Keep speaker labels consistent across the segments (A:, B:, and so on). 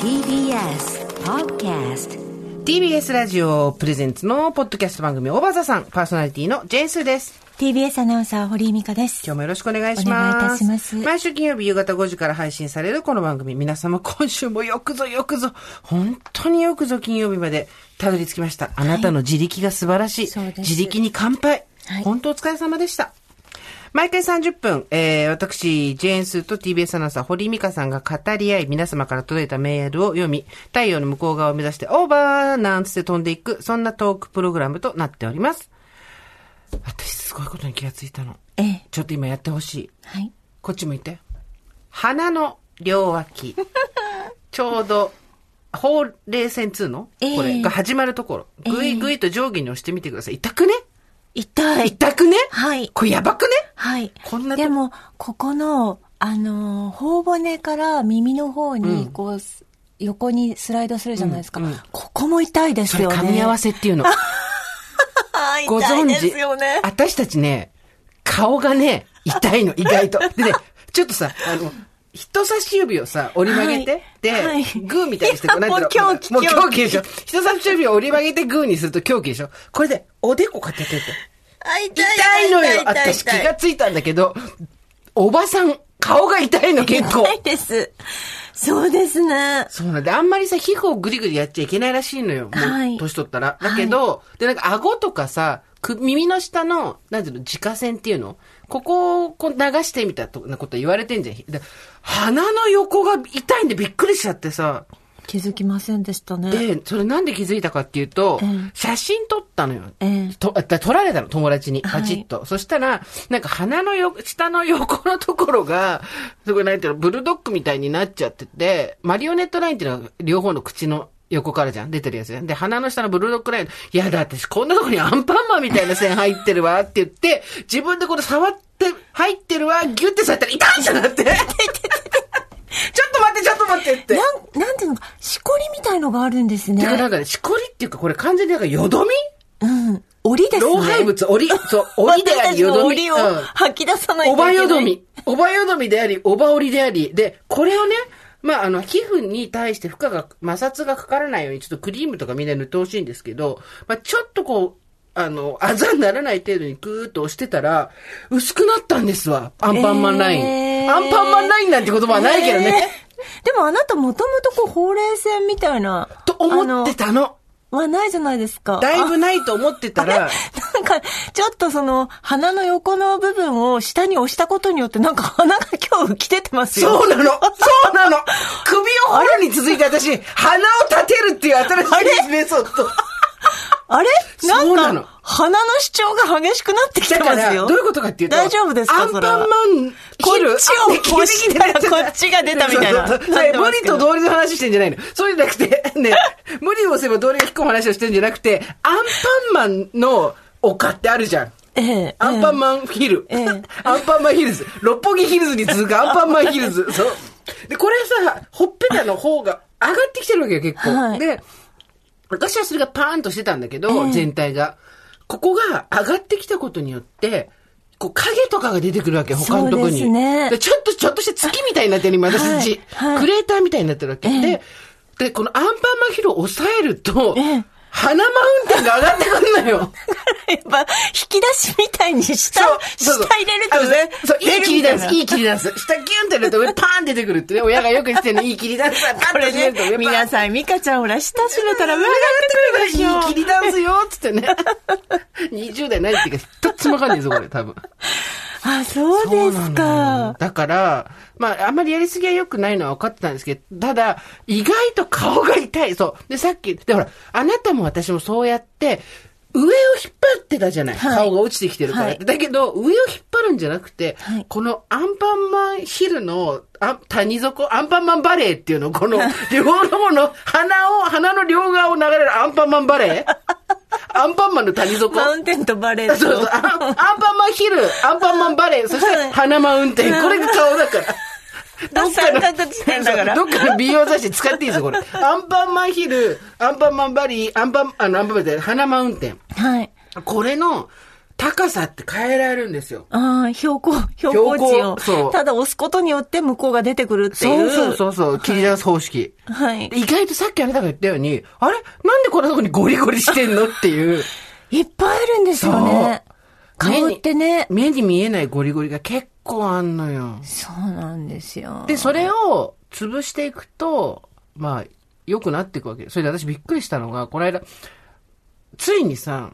A: TBS Podcast
B: TBS ラジオプレゼンツのポッドキャスト番組オーバーザさん、パーソナリティのジェンスーです。
C: TBS アナウンサー堀井美香です。
B: 今日もよろしくお願いします。
C: お願いいたします
B: 毎週金曜日夕方5時から配信されるこの番組、皆様今週もよくぞよくぞ、本当によくぞ金曜日までたどり着きました。あなたの自力が素晴らしい。
C: そうです
B: 自力に乾杯。
C: はい
B: 本当お疲れ様でした。毎回30分、えー、私、ジェーンスーと TBS アナウンサー、堀井美香さんが語り合い、皆様から届いたメールを読み、太陽の向こう側を目指して、オーバーなんつって飛んでいく、そんなトークプログラムとなっております。私、すごいことに気がついたの。
C: ええ。
B: ちょっと今やってほしい。
C: はい。
B: こっち向いて。鼻の両 脇。ちょうど、ほうれい線2の、
C: ええ
B: これが始まるところ。ぐいぐいと上下に押してみてください。痛くね
C: 痛い。
B: 痛くね
C: はい。
B: これやばくね
C: はい。
B: こんなと
C: でも、ここの、あのー、頬骨から耳の方に、こう、す横にスライドするじゃないですか。
B: うんうん
C: ここも痛いで
B: そ
C: す
B: れ
C: よね。
B: 噛み 合わせっていうの。
C: あー
B: ご
C: 痛い
B: 存
C: です
B: 知
C: よね。
B: 私たちね、顔がね、痛 いの、意外と。でね、ちょっとさ、あの、人差し指をさ、折り曲げて、
C: はい
B: で、
C: はい
B: グーみたいにして、こうなんていうの
C: いやもう狂気
B: もう狂
C: 狂
B: 気でしょ。人差し指を折り曲げてグーにすると狂気でしょ。これで、おでこかけてて。
C: あ痛い
B: 痛いのよ
C: 痛い
B: 私気がついたんだけど、おばさん、顔が痛いの結構
C: 痛。いです。そうですね。
B: そうなんで、あんまりさ、皮膚をぐりぐりやっちゃいけないらしいのよ。もう、
C: はい
B: 年取ったら。だけど、で、なんか顎とかさ、く耳の下の、なんていうの、自家線っていうのここをこう流してみたとなこと言われてんじゃん。で鼻の横が痛いんでびっくりしちゃってさ。
C: 気づきませんでしたね。
B: で、それなんで気づいたかっていうと、
C: うん
B: 写真撮ったのよ。
C: ええ
B: とあ撮られたの、友達に。
C: は
B: パ
C: い
B: チッと。そしたら、なんか鼻のよ、下の横のところが、すごいなんていうの、ブルドッグみたいになっちゃってて、マリオネットラインっていうのは両方の口の横からじゃん出てるやつね。で、鼻の下のブルドッグライン。いやだ、私こんなとこにアンパンマンみたいな線入ってるわって言って、自分でこれ触って、入ってるわ、ギュってされたら痛いって なって。ちょっと待って、ちょっと待ってって。
C: なん、なんていうのか、しこりみたいのがあるんです
B: てかな
C: ね。
B: んかね、しこりっていうか、これ完全になんかよどみ
C: うん。檻ですね。
B: 老廃物、おり、そう、おりであ
C: 私た
B: り、
C: ち
B: よ
C: の
B: ど
C: 檻
B: み。
C: を
B: うん
C: 吐き出さないとい
B: お
C: けな
B: ば
C: い。
B: よど。み。おばよどみであり、おばおりであり。で、これをね、まあ、あの、皮膚に対して負荷が、摩擦がかからないように、ちょっとクリームとかみんな塗ってほしいんですけど、まあ、ちょっとこう、あの、あざにならない程度にグーッと押してたら、薄くなったんですわ。アンパンマンライン。
C: えー
B: アンパンマンラインなんて言葉はないけどね。
C: えー。でもあなたもともとこう、ほうれい線みたいな。
B: と思って
C: あ
B: たの。
C: の。はないじゃないですか。
B: だい
C: あ
B: ぶないと思ってたら、
C: なんか、ちょっとその、鼻の横の部分を下に押したことによって、なんか鼻が今日浮き出てますよ。
B: そうなのそうなの 首を掘るに続いて私、鼻を立てるっていう新しいメソッド。
C: あれな
B: そうなんの
C: か、鼻の主張が激しくなってきて
B: だか
C: ます
B: ら、ど
C: よ。
B: ういうことかっていうと、
C: 大丈夫ですか
B: アンパ
C: そ
B: ン
C: れは
B: マン、
C: こっ
B: 切る
C: ちを押したらこっちが出たみたいな
B: そうそうそう
C: なって
B: 無
C: ます
B: 理
C: けど
B: と道理の話してんじゃないの。そうじゃなくて、 ね、無理をすれば道理が引っ込む話をしてんじゃなくて、アンパンマンの丘ってあるじゃん。
C: ええ
B: アンパンマンヒル。
C: ええ
B: アンパンマンヒルズ。六本木ヒルズに 続くアンパンマンヒルズ。そう。で、これさ、ほっぺたの方が上がってきてるわけよ、結構。
C: はい
B: で、昔はそれがパーンとしてたんだけど、
C: ええ
B: 全体が。ここが上がってきたことによって、こう影とかが出てくるわけ、他のとこ
C: そう
B: に。
C: ですね
B: でちょっと、ちょっとした月みたいになってる、今、私たち。
C: はいはい
B: クレーターみたいになってるわけ。
C: ええ
B: で、で、このアンパンマンヒルを抑えると、
C: ええ
B: 鼻マウンテンが上がってくるのよ。
C: やっぱ、引き出しみたいに下、下入れる
B: あ
C: と
B: の
C: ね。
B: そう、いい切りダンス、い
C: い。
B: い切りダンス。下ギュンってやると上パーン出てくるってね、親がよく言ってるの、いい切りダンスはパ
C: こ
B: ンと
C: れ
B: 閉めると上パ
C: ね、
B: ーン。
C: 皆
B: ん。
C: さん、ミカちゃんほら、下閉めたら上が
B: い
C: っ
B: い
C: てくるでしょ。
B: 切りダンスよ、つってね。20代 ないっていうか、一つもわかんないですよ、これ、多分。
C: あ、そうです
B: そうなのよ
C: か。
B: だから、まあ、あんまりやりすぎは良くないのは分かってたんですけど、ただ、意外と顔が痛い。そう。で、さっき、で、ほら、あなたも私もそうやって、上を引っ張ってたじゃない、
C: はい
B: 顔が落ちてきてるからって、
C: はい
B: だけど、上を引っ張るんじゃなくて、
C: はい
B: このアンパンマンヒルの、あ谷底、アンパンマンバレーっていうの、この、両方の、鼻を、鼻の両側を流れるアンパンマン バレーアンパンマンの谷底。
C: マウンテンとバレ
B: そう
C: ー
B: そう、
C: と。
B: アンアンパンマンヒル、アンパンマンバレー、そして花マウンテン、これが顔だから。どっかの
C: 三角地点だから
B: そうどっかの美容雑誌使っていいですよ、これ。アンパンマンヒル、アンパンマンバリー、アンパン、あの、アンパンマンで、花マウンテン。
C: はい。
B: これの、高さって変えられるんですよ。
C: ああ、標高、標高値を
B: そう
C: ただ押すことによって向こうが出てくるっていう。
B: そうそうそう、切り出す方式。
C: はい。
B: 意外とさっきあなたが言ったように、あれなんでこんなとこにゴリゴリしてんのっていう、
C: いっぱいあるんですよね。顔ってね。
B: 目に 見えないゴリゴリが結構あんのよ。
C: そうなんですよ。
B: で、それを潰していくと、まあ、良くなっていくわけです。それで私びっくりしたのが、この間、ついにさ、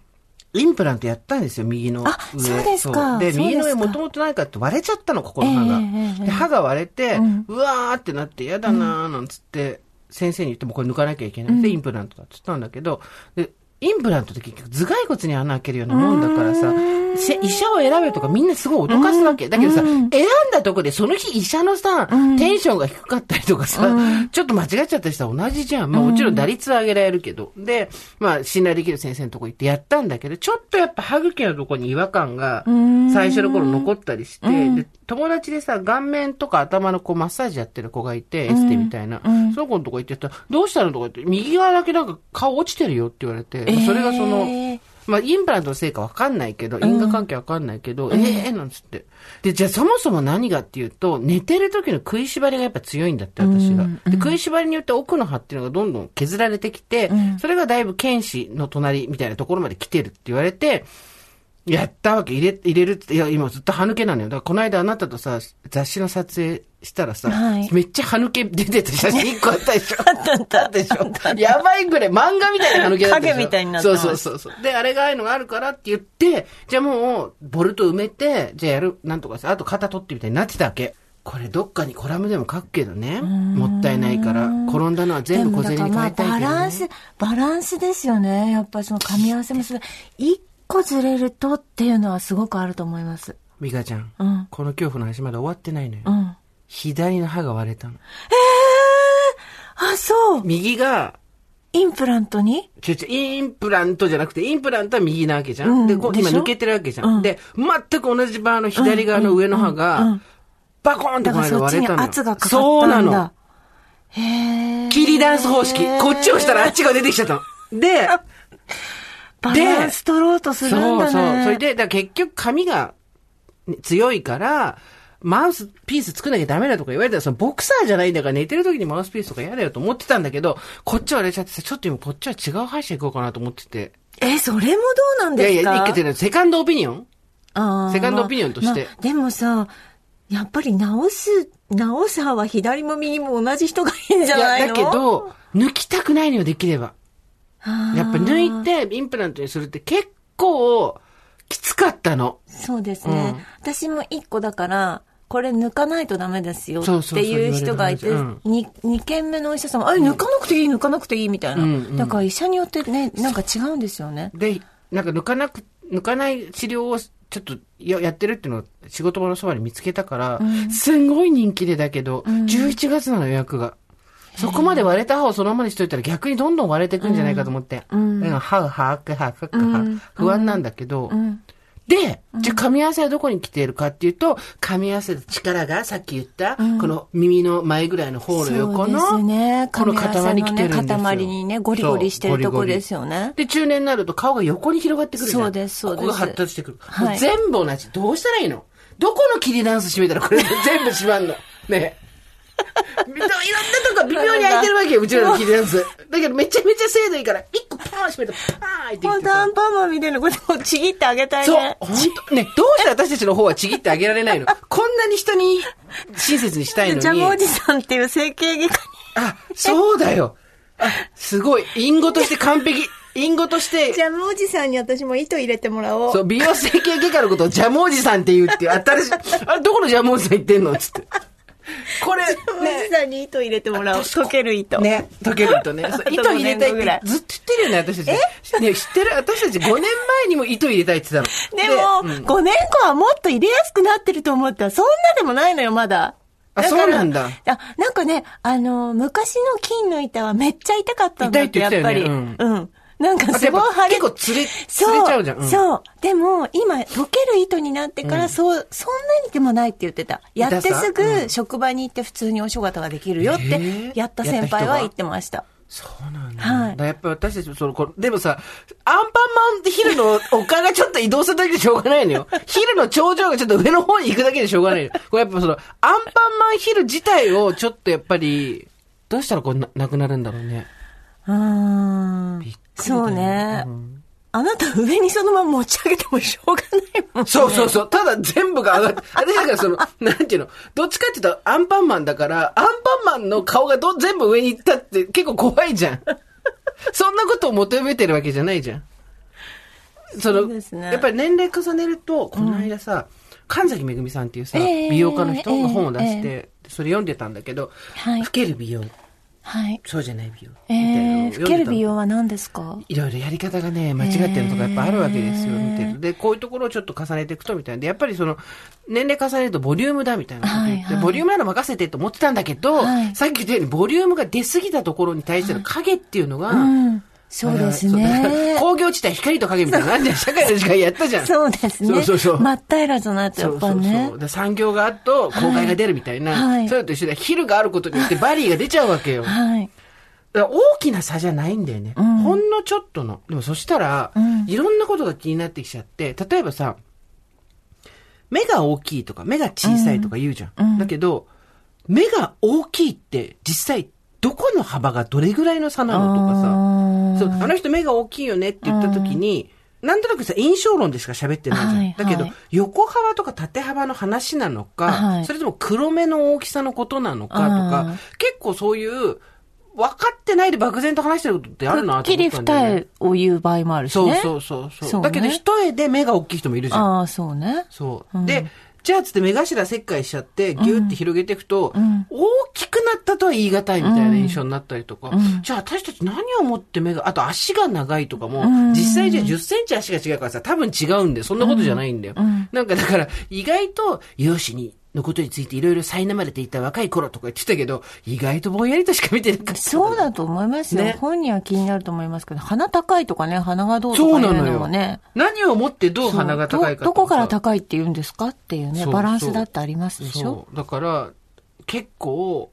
B: インプラントやったんですよ、右の上。
C: あそうですか
B: そう
C: そうで
B: で、
C: すか
B: 右の上もともとないかって割れちゃったの、ここの歯が。
C: ええええええ
B: で、歯が割れて、う
C: うん
B: わーってなって、やだなーなんつって、先生に言ってもこれ抜かなきゃいけない。で、インプラントだっつったんだけど、で、インプラントって結局頭蓋骨に穴開けるようなもんだからさ、し医者を選べとかみんなすごい脅かすわけ。だけどさ、
C: うん
B: 選んだとこでその日医者のさ、
C: ん
B: テンションが低かったりとかさ、ちょっと間違っちゃったりしたら同じじゃん。まあもちろん打率は上げられるけど。で、まあ信頼できる先生のとこ行ってやったんだけど、ちょっとやっぱ歯茎のとこに違和感が
C: うん
B: 最初の頃残ったりして、で友達でさ、顔面とか頭のこうマッサージやってる子がいて、エステみたいな。
C: うん
B: その子のとこ行ってたら、どうしたのとか言って、右側だけなんか顔落ちてるよって言われて、
C: えー
B: それがその、まあ、インプラントのせいかわかんないけど、因果関係わかんないけど、ええなんつって。で、じゃあそもそも何がっていうと、寝てる時の食いしばりがやっぱ強いんだって、私が。で食いしばりによって奥の歯っていうのがどんどん削られてきて、それがだいぶ剣士の隣みたいなところまで来てるって言われて、やったわけ、入れ、入れるって、いや、今ずっと歯抜けなのよ。だからこの間あなたとさ、雑誌の撮影したらさ、
C: はい
B: めっちゃ歯抜け出てた写真1個あったでしょ あったでしょやばいぐらい漫画みたいな歯抜けだったでしょ
C: 影みたいになってます
B: そうそうそうそう。で、あれがああいうのがあるからって言って、じゃあもう、ボルト埋めて、じゃあやる、なんとかさ、あと肩取ってみたいになってたわけ。これどっかにコラムでも書くけどね。もったいないから、転んだのは全部小銭に変え
C: でも
B: た
C: だからまあ
B: いけど、ね。
C: バランス、バランスですよね。やっぱりその噛み合わせもすごい。一個ずれるとっていうのはすごくあると思います。
B: ミカちゃん,、
C: うん
B: この恐怖の話まだ終わってないのよ。
C: うん。あ、
B: 左の歯が割れたの。
C: そう。
B: 右が、
C: インプラントに
B: ちょちょ、インプラントじゃなくて、インプラントは右なわけじゃん。
C: うん
B: で、こう
C: でし
B: 今
C: ょ
B: 抜けてるわけじゃん。
C: うん
B: で、全く同じバーの左側の上の歯
C: う
B: が、
C: んうんうん
B: バコーンって
C: だ
B: こ
C: から
B: の間
C: そっち
B: 割れ
C: に
B: たのよ。
C: 圧がかかったんだ。
B: そうなの。。
C: へえ。
B: 切りダンス方式。こっちをしたらあっちが出てきちゃったの。で、
C: バランス取ろうとするんだ
B: そ
C: ね。
B: うそう。それで、だから結局髪がね強いから、マウスピース作んなきゃダメだとか言われたら、そのボクサーじゃないんだから寝てる時にマウスピースとか嫌だよと思ってたんだけど、こっちはあれちゃってさ、ちょっと今こっちは違う歯医者行こうかなと思ってて。
C: え、それもどうなん
B: いや
C: で
B: い
C: すか
B: や、いけてるセカンドオピニオン
C: あー
B: セカンドオピニオンとして
C: まあまあでもさ、やっぱり直す、直す派は左も右も同じ人がいいんじゃないの
B: いやだけ、ど、抜きたくないのよ、できれば。
C: あー
B: やっぱ抜いて、インプラントにするって結構、きつかったの。
C: そうですね。
B: うん
C: 私も一個だから、これ抜かないとダメですよ
B: そうそ
C: っ
B: うそう
C: ていう人がいて、
B: 言われる同
C: に二軒目のお医者さんも、あれ抜かなくていい、抜かなくていいみたいな、
B: うんうん
C: だから医者によってね、なんか違うんですよね。
B: で、なんか抜かなく、抜かない治療を、ちょっとややってるっていうのを仕事場のそばに見つけたから、すんごい人気でだけど、11月なの予約が。そこまで割れた歯をそのままにしといたら逆にどんどん割れていくんじゃないかと思って。
C: うん
B: だから歯う歯う歯う歯う歯
C: うん
B: 不安なんだけど、
C: うん。
B: で、じゃあ噛み合わせはどこに来ているかっていうと、噛み合わせる力がさっき言った、この耳の前ぐらいの方の横
C: そうです
B: の、
C: ね。
B: この塊に来てるんですよ
C: 塊にね、ゴリゴリしてるとこですよね。
B: で、中年になると顔が横に広がってくるじゃん。
C: そうですそうです
B: ここが発達してくる。
C: はい
B: もう全部同じ。どうしたらいいのどこの切りダンス閉めたらこれ全部閉まんの。ねえ。いろんなとこが微妙に開いてるわけよ、うちらの切りダンス。だけどめちゃめちゃ精度いいから、一個パーン閉めたらパーン開いてき
C: 本
B: て
C: 当ア
B: さ。
C: ンパンマンみたいなことをちぎってあげたい
B: そう、
C: ね。
B: 本当ね、どうして私たちの方はちぎってあげられないのこんなに人に親切にしたいのに。
C: ジャムおじさんっていう整形外科
B: あ、そうだよ。あ、すごい。隠語として完璧。隠語とし
C: に。ジ
B: て、
C: ャムおじさんに私も糸入れてもらおう。
B: そう、美容整形外科のことをジャムおじさんって言うっていう、新しい、あれ、どこのジャムおじさん言ってんのつって。これ、
C: ジャムおじさんに糸入れてもらおう。溶ける糸。
B: ね、溶ける糸ね。そう
C: あと
B: 糸入れたい
C: 五年後ぐら
B: っ
C: い
B: てずっと言ってるよね、私たち。ね、知ってる私たち5年前にも糸入れたいって言ってたの。
C: でも、5年後はもっと入れやすくなってると思ったら、そんなでもないのよ、まだ。
B: あ
C: から
B: そうなんだ
C: あ、なんかね、あの、昔の金の板はめっちゃ痛かったんだって、
B: 痛い
C: や
B: っ
C: って
B: 言っ
C: ぱ
B: て
C: り。
B: た
C: う
B: よね
C: ん。なんか
B: あと
C: す
B: やっ
C: ごい腫
B: ぱ
C: れ
B: 結構釣れ、釣れちゃ
C: そうう
B: じゃん。ん
C: そう。でも、今、溶ける糸になってから、そう、そんなにでもないって言ってた。やってす
B: 痛さう
C: ぐ、職場に行って普通にお正月ができるよっ
B: へえ
C: て、やった先輩は言ってました。
B: そうなんだ。
C: はい
B: だからやっぱ私たちもその、これでもさ、アンパンマンって昼の丘がちょっと移動するだけでしょうがないのよ。 昼の頂上がちょっと上の方に行くだけでしょうがないのよ。これやっぱその、アンパンマン昼自体をちょっとやっぱり、どうしたらこれななくなるんだろうね。
C: うーん
B: びっくりだよ
C: そうね、
B: ん
C: あなた上にそのまま持ち上げてもしょうがないもん。
B: そうそうそう。ただ全部が 上がって、あれだからその、なんていうの、どっちかって言ったらアンパンマンだから、アンパンマンの顔がど全部上に行ったって結構怖いじゃん。そんなことを求めてるわけじゃないじゃん。その
C: そうですね
B: やっぱり年齢重ねると、この間さ、神崎めぐみさんっていうさ、
C: ええ
B: 美容家の人が本を出して、
C: え
B: それ読んでたんだけど、
C: はい
B: 老ける美容、
C: はい。
B: そうじゃない美容。
C: え
B: みたいな
C: ー、
B: のを読んでた
C: 老け
B: の
C: る美容は何ですか
B: いろいろやり方がね、間違ってるとかやっぱあるわけですよ、
C: へー
B: 見てると。で、こういうところをちょっと重ねていくとみたいな。で、やっぱりその、年齢重ねるとボリュームだみたいなこと言って、
C: はいはい
B: ボリュームなら任せてと思ってたんだけど、
C: はい
B: さっき言ったようにボリュームが出過ぎたところに対しての影っていうのが、
C: うん。そうです
B: あれはそうだか
C: ね
B: ら。工業地帯光と影みたいなのあるじゃん、社会の時間やったじゃん。
C: そうですね。
B: そうそうそう
C: 真っ平らじゃないとやっぱ
B: そうそう
C: ね
B: そう。。で産業があると、公害が出るみたいな、
C: はいはい
B: そういうのと一緒で、昼があることによってバリーが出ちゃうわけよ。
C: はい。
B: だから大きな差じゃないんだよね。
C: ん
B: ほんのちょっとの。でもそしたら、
C: うん
B: いろんなことが気になってきちゃって、例えばさ、目が大きいとか、目が小さいとか言うじゃん。
C: うんうん
B: だけど、目が大きいって実際どこの幅がどれぐらいの差なのとかさ、そうあの人目が大きいよねって言った時に、なんとなくさ、印象論でしか喋ってないじゃん。
C: はい
B: だけど、
C: はい
B: 横幅とか縦幅の話なのか、
C: はい
B: それとも黒目の大きさのことなのかと
C: う
B: か
C: ん、
B: 結構そういう、分かってないで漠然と話してることってあ
C: は
B: るなと思
C: っ
B: っ
C: きり
B: たんだよ
C: 二
B: ね、
C: 重を言う場合もあるし
B: そう
C: ね。
B: そうそうそう。
C: そうね
B: だけど、一重で目が大きい人もいるじゃん。
C: ああ、そうね。
B: そう。
C: うん
B: で、じゃあつって目頭切開しちゃって、ギューって広げていくと、
C: ん
B: 大きくなったとは言い難いみたいな印象になったりとか、
C: ん
B: じゃあ私たち何をもって目が、あと足が長いとかも、
C: ん
B: 実際じゃあ10センチ足が違うからさ、多分違うんで、そんなことじゃないんだよ。
C: うん
B: なんかだから、意外と、容姿に、のことについていろいろ苛まれていた若い頃とか言ってたけど、意外とぼんやりとしか見てなかった。
C: そうだと思いますよ、
B: ね
C: 本人は気になると思いますけど、鼻高いとかね、鼻がどうとかいうのはね。
B: 何をもってどう鼻が高いか
C: どどこから
B: 高
C: 高いって言うんですかっていうね、
B: そう
C: バランスだってありますでしょ
B: そうだから結構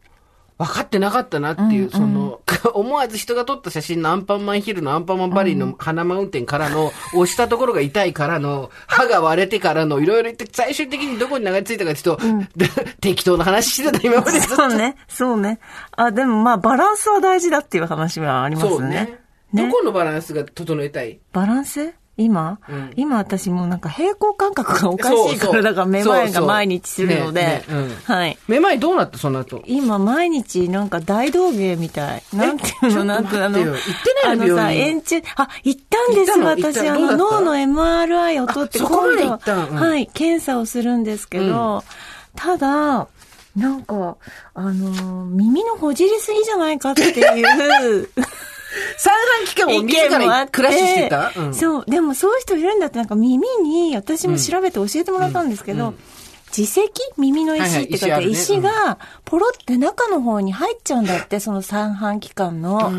B: 分かってなかったなっていう、
C: うん
B: その 思わず人が撮った写真のアンパンマンヒルのアンパンマンバリーの花マウンテンからの、押したところが痛いから の歯が割れてからのいろいろ言って最終的にどこに流れ着いたかっていうと、適当な話してた今までずっと
C: そうね、そうね。あ、でもまあ、バランスは大事だっていう話はあります
B: そ
C: よ
B: うね
C: ね。
B: どこのバランスが整えたい
C: バランス今、
B: うん
C: 今私もうなんか平行感覚がおか
B: そ
C: し
B: う
C: い
B: そう
C: から、だからめまい
B: そう
C: が
B: そう
C: 毎日するので
B: ねねうん、
C: はい。
B: めまいどうなったその後
C: 今毎日なんか大道芸みたい。なんていう
B: ちょっと
C: のなんていう
B: 待ってよ
C: の
B: 行ってないの
C: あのさ、
B: 病院
C: 円柱、あ、行ったんです
B: 行ったの行
C: 私。
B: った
C: あ
B: どうだ
C: の、
B: った
C: 脳の MRI を取って
B: あそこまで
C: 今度
B: 行ったうん
C: はい、検査をするんですけど、ただ、なんか、あのー、耳のほじりすぎじゃないかっていう。
B: 三半期間を
C: 意
B: 自
C: 見もあ
B: ら
C: っ
B: クラッシュしてた、うん
C: そうでもそういう人いるんだってなんか耳に私も調べて教えてもらったんですけど、耳石耳の石って書いて、
B: はいはい石
C: 石
B: あるね
C: がポロって中の方に入っちゃうんだって、その三半規管の、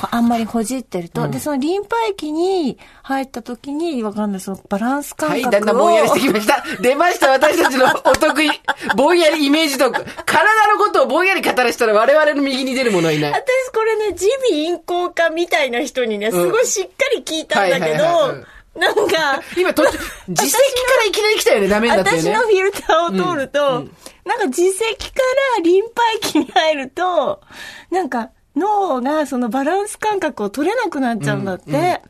C: あんまりほじってると、でそのリンパ液に入った時にわかんないそのバランス
B: は
C: 感
B: い、だんだ
C: 覚
B: ん
C: を、
B: ぼんやりしてきました。出ました、私たちのお得意。ぼんやりイメージトーク。体のことをぼんやり語らしたら我々の右に出る者はいない。
C: 私これね耳鼻咽喉科みたいな人にね、すごいしっかり聞いたんだけど、
B: はいはいはい
C: なんか
B: 今途中、自石からいきなり来たよね、ダメになった よ
C: 私
B: ね
C: の。フィルターを通ると、なんか耳石からリンパ液に入ると、なんか脳がそのバランス感覚を取れなくなっちゃうんだって。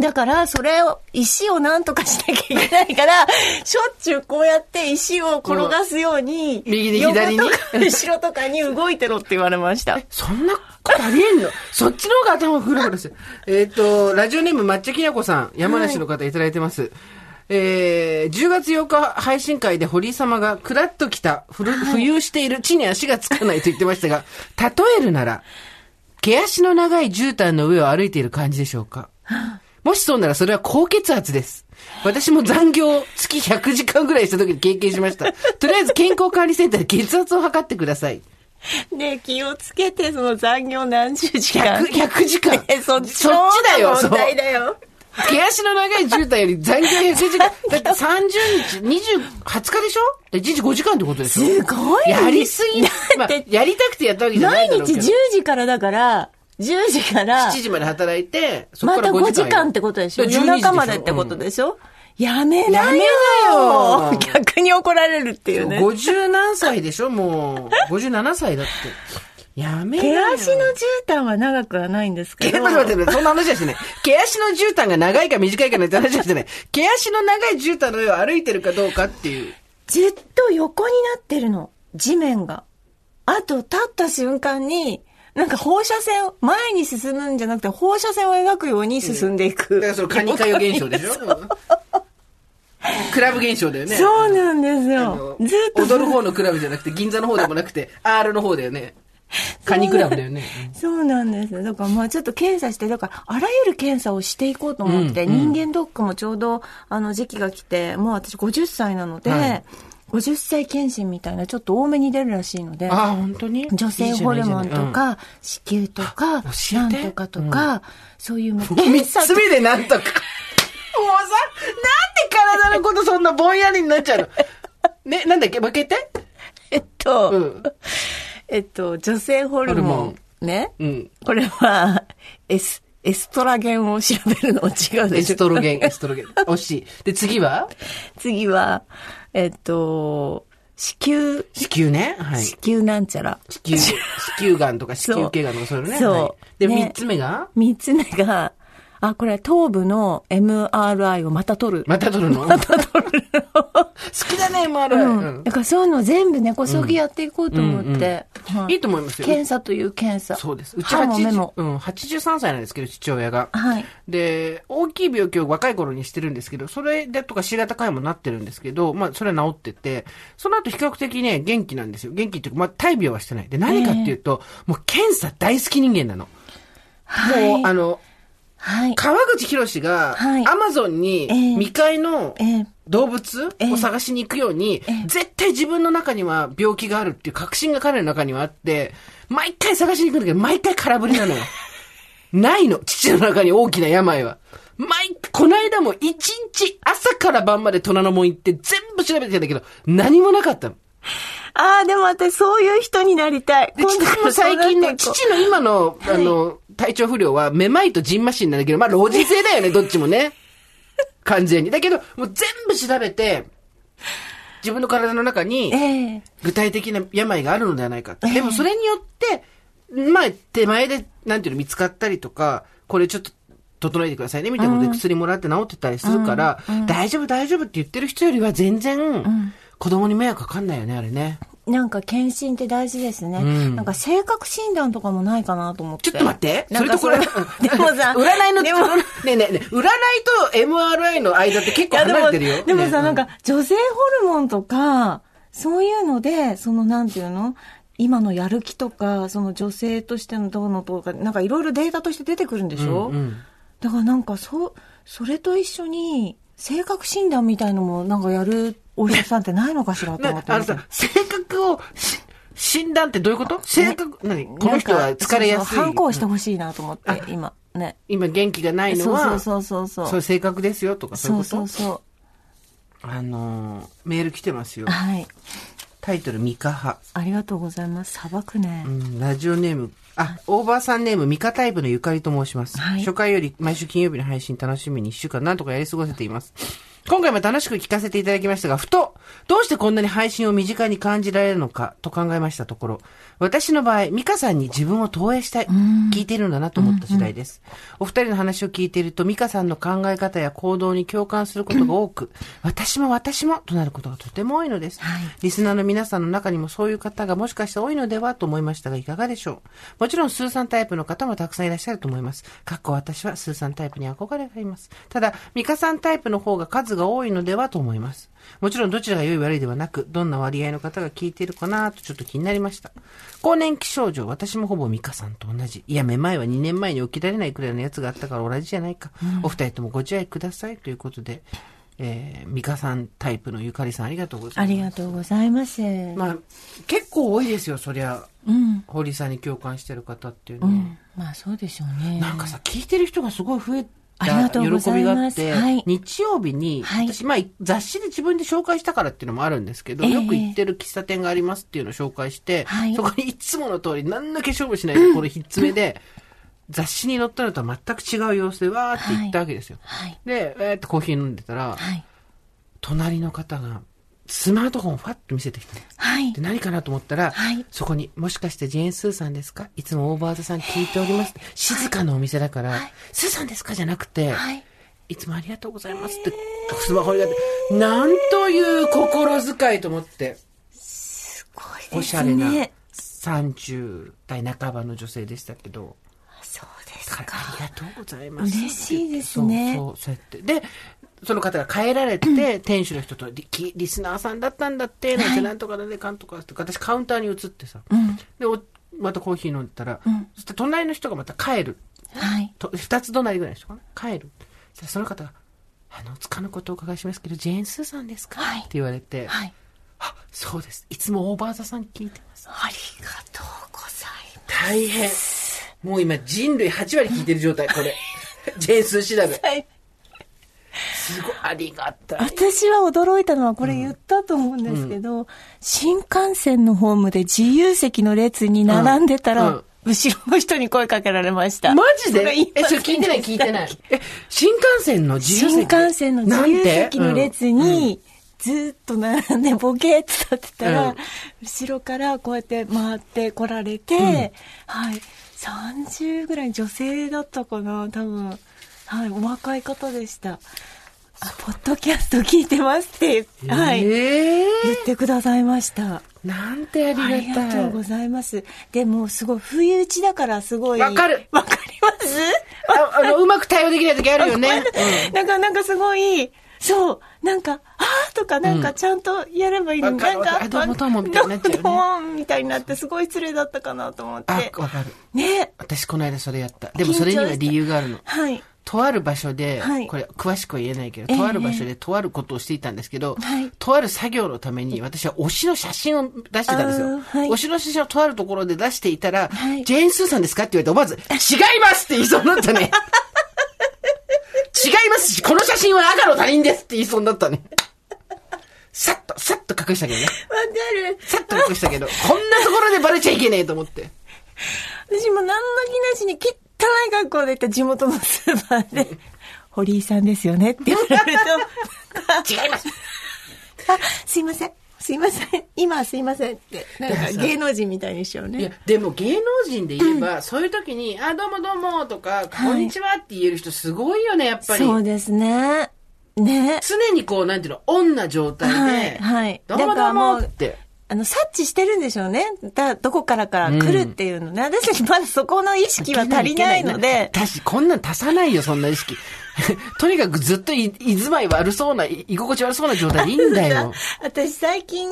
C: だから、それを、石をなんとかしなきゃいけない から、しょっちゅうこうやって石を転がすように、
B: うん右に左に
C: 横とか後ろとかに動いてろって言われま した。
B: そんなことありえんのそっちの方が頭フラフラする。えっ、と、ラジオネーム抹茶きなこさん、山梨の方いただいてます。えー、10月8日配信会で堀井様がくらっときた、ふる浮遊している地に足がつかないと言ってましたが、例えるなら、毛足の長い絨毯の上を歩いている感じでしょうかもしそうならそれは高血圧です。私も残業月100時間ぐらいした時に経験しました。とりあえず健康管理センターで血圧を測ってください。
C: で、気をつけて、その残業何十時間。。
B: 100, 100時 間
C: え、そっち
B: そっちだよ
C: の問題だよ。
B: 毛足の長い絨毯より残業100 時間。だって30日、20、20日でしょで ?1 日5時間ってことでしょ
C: すごいね
B: やりすぎ
C: だって
B: まあやりたくてやったわけじゃない
C: 毎
B: んだろうけ
C: 日
B: ど
C: 10時からだから、 10時から、
B: 7時まで働いて、そこ
C: ま
B: か
C: た
B: ら
C: 5
B: 5
C: 時
B: 時間
C: 間
B: よ
C: ってことでしょ
B: だから
C: 夜
B: 12
C: 中までってことでしょ、やめなよ
B: やめなよ
C: 逆に怒られるっていうね。
B: 50何歳でしょもう。57歳だって。やめな
C: 毛
B: よ
C: 足の絨毯は長くはないんですけ
B: え待
C: ど。
B: って待って待って、そんな話はしてない。毛足の絨毯が長いか短いかなんて話はしてない。毛足の長い絨毯の上を歩いてるかどうかっていう。
C: ずっと横になってるの。地面が。あと、立った瞬間に、なんか放射線を、前に進むんじゃなくて放射線を描くように進んでいく。
B: だからそのカニカヨ現象でしょうんクラブ現象だよ ね。
C: そうなんです
B: あ
C: よ
B: の。
C: ずっと。
B: 踊る方のクラブじゃなくて、銀座の方でもなくて、R の方だよね。カニクラブだよね。
C: そう なんです。だからまあちょっと検査して、だからあらゆる検査をしていこうと思って、
B: うんうん
C: 人間ドックもちょうどあの時期が来て、もう私50歳なので、
B: はい
C: 50歳検診みたいなちょっと多めに出るらしいので、
B: ああ、本当に
C: 女性ホルモンと、か、子宮とか、
B: 教え
C: なん
B: て
C: とかとか、そういうもう
B: いいじゃないいい
C: 検
B: じゃ
C: 査
B: ないうんもう三つ目でなんとか。もうさ、なんで体のことそんなぼんやりになっちゃうのね、なんだっけ負けて
C: えっと、
B: うん。
C: えっと、女性ホルモン、
B: ホルモ
C: ね、
B: うん。
C: これは、エス、エストラゲンを調べるの違うで
B: エ
C: しょ
B: ストロゲン、 エストロゲン。惜しい。で、次は
C: 次は、えっと、子宮、
B: 子宮ね。はい。
C: 子宮なんちゃら。
B: 子宮、子宮がんとか子宮頸がんとかそういうのね。
C: そう
B: はいで、
C: ね
B: 三つ目が
C: 三つ目が、あ、これは頭部の MRI をまた取る。
B: また取るのまた取るの。好きだね、MRI。
C: うん。だからそういうのを全部根こそぎやっていこうと思って。はい
B: いと思いますよ。
C: 検査という検査。
B: そうです。う
C: う
B: ち
C: ち歯も目
B: 80
C: も、。
B: うん、83歳なんですけど、父親が。
C: はい。
B: で、大きい病気を若い頃にしてるんですけど、それだとか C 型肝炎もなってるんですけど、まあ、それは治ってて、その後比較的ね、元気なんですよ。元気っていうか、まあ、大病はしてない。で、何かっていうと、もう検査大好き人間なの。
C: はい
B: もう、あの、
C: はい。
B: 川口博士が
C: はい、
B: アマゾンに
C: ええ
B: 未開の
C: ええ
B: 動物
C: ええ
B: を探しに行くように、絶対自分の中には病気があるっていう確信が彼の中にはあって、毎回探しに行くんだけど、毎回空振 りなのよ。ないの。父の中に大きな病は。毎、この間も一日朝から晩まで虎ノ門行って全部調べてきたんだけど、何もなかったの。
C: ああ、でも私そういう人になりたい。
B: で、父も最近ね、父の今の、あ
C: い
B: の、体調不良は、めまいとジンマシンなんだけど、まあ、老人性だよ ね、どっちもね。完全に。だけど、もう全部調べて、自分の体の中
C: え
B: に、
C: え
B: 具体的な病があるのではないかって。
C: ええ
B: でも、それによって、まあ、手前で、なんていうの、見つかったりとか、これちょっと、整えてくださいね、みたいなことで薬もらって治ってたりするから、大丈夫、大丈夫って言ってる人よりは全然、子供に迷惑かかんないよね、あれね。
C: なんか検診って大事ですね。
B: ん
C: なんか性格診断とかもないかなと思って。
B: ちょっと待って。
C: なんか
B: それとこれ。
C: そうでもさ、
B: 占いの、
C: でも
B: ねえねえねえ占いと MRI の間って結
C: い
B: 構
C: やで
B: 離
C: も、
B: れてるよ。
C: でも
B: ね
C: さ、なん、か、女性ホルモンとか、そういうので、その、なんていうの今のやる気とか、その女性としてのどうのとか、なんかいろいろデータとして出てくるんでしょ、
B: うんうん
C: だからなんか、そう、それと一緒に、性格診断みたいのも、なんかやるお医者さんってないのかしらと
B: ね
C: 思って。
B: あのさ、性格をし、診断ってどういうこと性格、何この人は疲れやすい。
C: 反抗してほしいなと思って、今、ね。
B: 今元気がないの
C: そう
B: は、
C: そうそうそう。
B: そういう性格ですよとか、そういう
C: そう
B: こ
C: そう
B: と
C: そ
B: あのー、メール来てますよ
C: う。。はい。
B: タイトル、ミカハ。
C: ありがとうございます。さばくね
B: う。んラジオネーム、あ、オーバーさんネーム、ミカタイプのゆかりと申します。
C: はい
B: 初回より毎週金曜日の配信楽しみに一週間なんとかやり過ごせています。今回も楽しく聞かせていただきましたが、ふと、どうしてこんなに配信を身近に感じられるのかと考えましたところ、私の場合、ミカさんに自分を投影したい、聞いているんだなと思った次第です。お二人の話を聞いていると、ミカさんの考え方や行動に共感することが多く、私も私もとなることがとても多いのです。リスナーの皆さんの中にもそういう方がもしかして多いのではと思いましたが、いかがでしょうもちろん、スーさんタイプの方もたくさんいらっしゃると思います。かっこ私はスーさんタイプに憧れがあります。ただ、ミカさんタイプの方が数が多いのではと思います。もちろん、どちらが良い悪いではなく、どんな割合の方が聞いているかなとちょっと気になりました。更年期症状、私もほぼミカさんと同じ。いや、めまいは2年前に起きられないくらいのやつがあったから同じじゃないか。お二人ともご自愛くださいということで、えー、ミカさんタイプのゆかりさんありがとうございます。
C: ありがとうございます。
B: まあ、結構多いですよ、そりゃ。
C: うん。
B: 堀さんに共感してる方っていう
C: う
B: のは、
C: ん。まあそうでしょうね。
B: なんかさ、聞いてる人がすごい増え
C: ありが
B: た
C: と
B: 喜
C: うござい
B: びがあ
C: ま
B: っ
C: す
B: て、
C: はい
B: 日曜日に、
C: はい
B: 私、まあ、雑誌で自分で紹介したからっていうのもあるんですけど、
C: ええ
B: よく行ってる喫茶店がありますっていうのを紹介して、
C: はい
B: そこにいつもの通り、何の化粧もしないで、このひっつめで、雑誌に載ったのとは全く違う様子でわーって言ったわけですよ。
C: はい。
B: で、えーってコーヒー飲んでたら、
C: はい。
B: 隣の方が、スマートフォンをファッと見せてきたの。
C: はい
B: で、。何かなと思ったら、
C: はい
B: そこに、もしかしてジェーン・スーさんですかいつもオーバーザさん聞いております。静かなお店だから、スーさんですかじゃなくて、
C: はい。
B: いつもありがとうございますって、スマホになって、なんという心遣いと思って、
C: すごいですね。
B: おしゃれな30代半ばの女性でしたけど、
C: そうで
B: だ
C: す
B: から
C: か。
B: ありがとうございます。
C: 嬉しいですね
B: そう、そう、そうやって。で、その方が帰られて、店主の人とリキリスナーさんだったんだって、なんてなんとかなんでかんとかって、私カウンターに移ってさ、で、おまたコーヒー飲んでたら、そして隣の人がまた帰る。
C: はい。
B: と二つ隣ぐらいの人かな帰るそしたらその方が「あのつかぬことをお伺いしますけどジェーン・スーさんですか
C: はい
B: って言われて「
C: はい。
B: あそうですいつもオーバーザさん聞いてます
C: ありがとうございま」
B: 大変もう今人類8割聞いてる状態こ れジェーン・スー調べ
C: す。はい。
B: すごいありがたい
C: 私は驚いたのは、これ言ったと思うんですけど、新幹線のホームで自由席の列に並んでたら、
B: うんうん
C: 後ろの人に声かけられました。
B: マジ
C: これ
B: で
C: 今
B: えそれ聞いてない聞いてないえ新幹線の自由
C: 新
B: 席
C: 幹線の自由席の列
B: なんてうんうん
C: に、ずっと並んでボケーって立ってたら、
B: うん
C: 後ろからこうやって回ってこられて、はい、30ぐらい女性だったかな、多分。はい、お若い方でした。あ、ポッドキャスト聞いてますって、はい、
B: え
C: 言
B: ー
C: ってくださいました。
B: なんてありが
C: あ
B: た
C: り
B: い
C: がとうございます。でも、すごい、不意打ちだから、すごい。
B: わかる
C: わかります
B: ああのうまく対応できない時あるよね、うん
C: なんか、なんかすごい、そう、なんか、あーとか、なんか、ちゃんとやればいいのに、
B: わかる
C: なんか
B: わかる、どうもどうもみたいになっちゃうよね
C: どもみたいになって、すごい失礼だったかなと思っ
B: あ
C: て。
B: わかる
C: ね。
B: 私この間それやったでもそれには理由があるの
C: はい。
B: とある場所で、
C: はい
B: これ詳しくは言えないけど、
C: ええ
B: とある場所でとあることをしていたんですけど、
C: はい
B: とある作業のために私は推しの写真を出してたんです
C: あ
B: よ。
C: ーはい
B: 推しの写真をとあるところで出していたら、
C: はい
B: ジェーン・スーさんですかって言われて、まず、違いますって言いそうになった ね。違いますし、この写真は赤の他人ですって言いそうになったね。さっと、さっと隠したけどね。
C: わ
B: さっと隠したけど、こんなところでバレちゃいけねえと思って。
C: かる。私も何の気なしに、汚い格好で行った地元のスーパーで、 堀井さんですよねって言われると、なんか
B: 違います
C: あ、すいません。すいません。今はすいませんって。なん
B: だから
C: か
B: さ
C: 芸能人みたいにしちゃう
B: いや
C: ね。、
B: でも芸能人で言えば、そういう時に、あ、どうもどうもとか、こんにちはって言える人すごいよね、やっぱり。
C: そうですね。ね。
B: 常にこう、なんていうの、オンな状態で、
C: はいはい
B: どうも
C: だか
B: どう
C: らも
B: も
C: う
B: って。
C: あの、察知してるんでしょうね。だ、どこからから来るっていうのね。私たちまだそこの意識は足りないので。
B: だし、こんなん足さないよ、そんな意識。 とにかくずっとい、居住まい悪そうな、い居心地悪そうな状態でいいん だよ。
C: 私最近、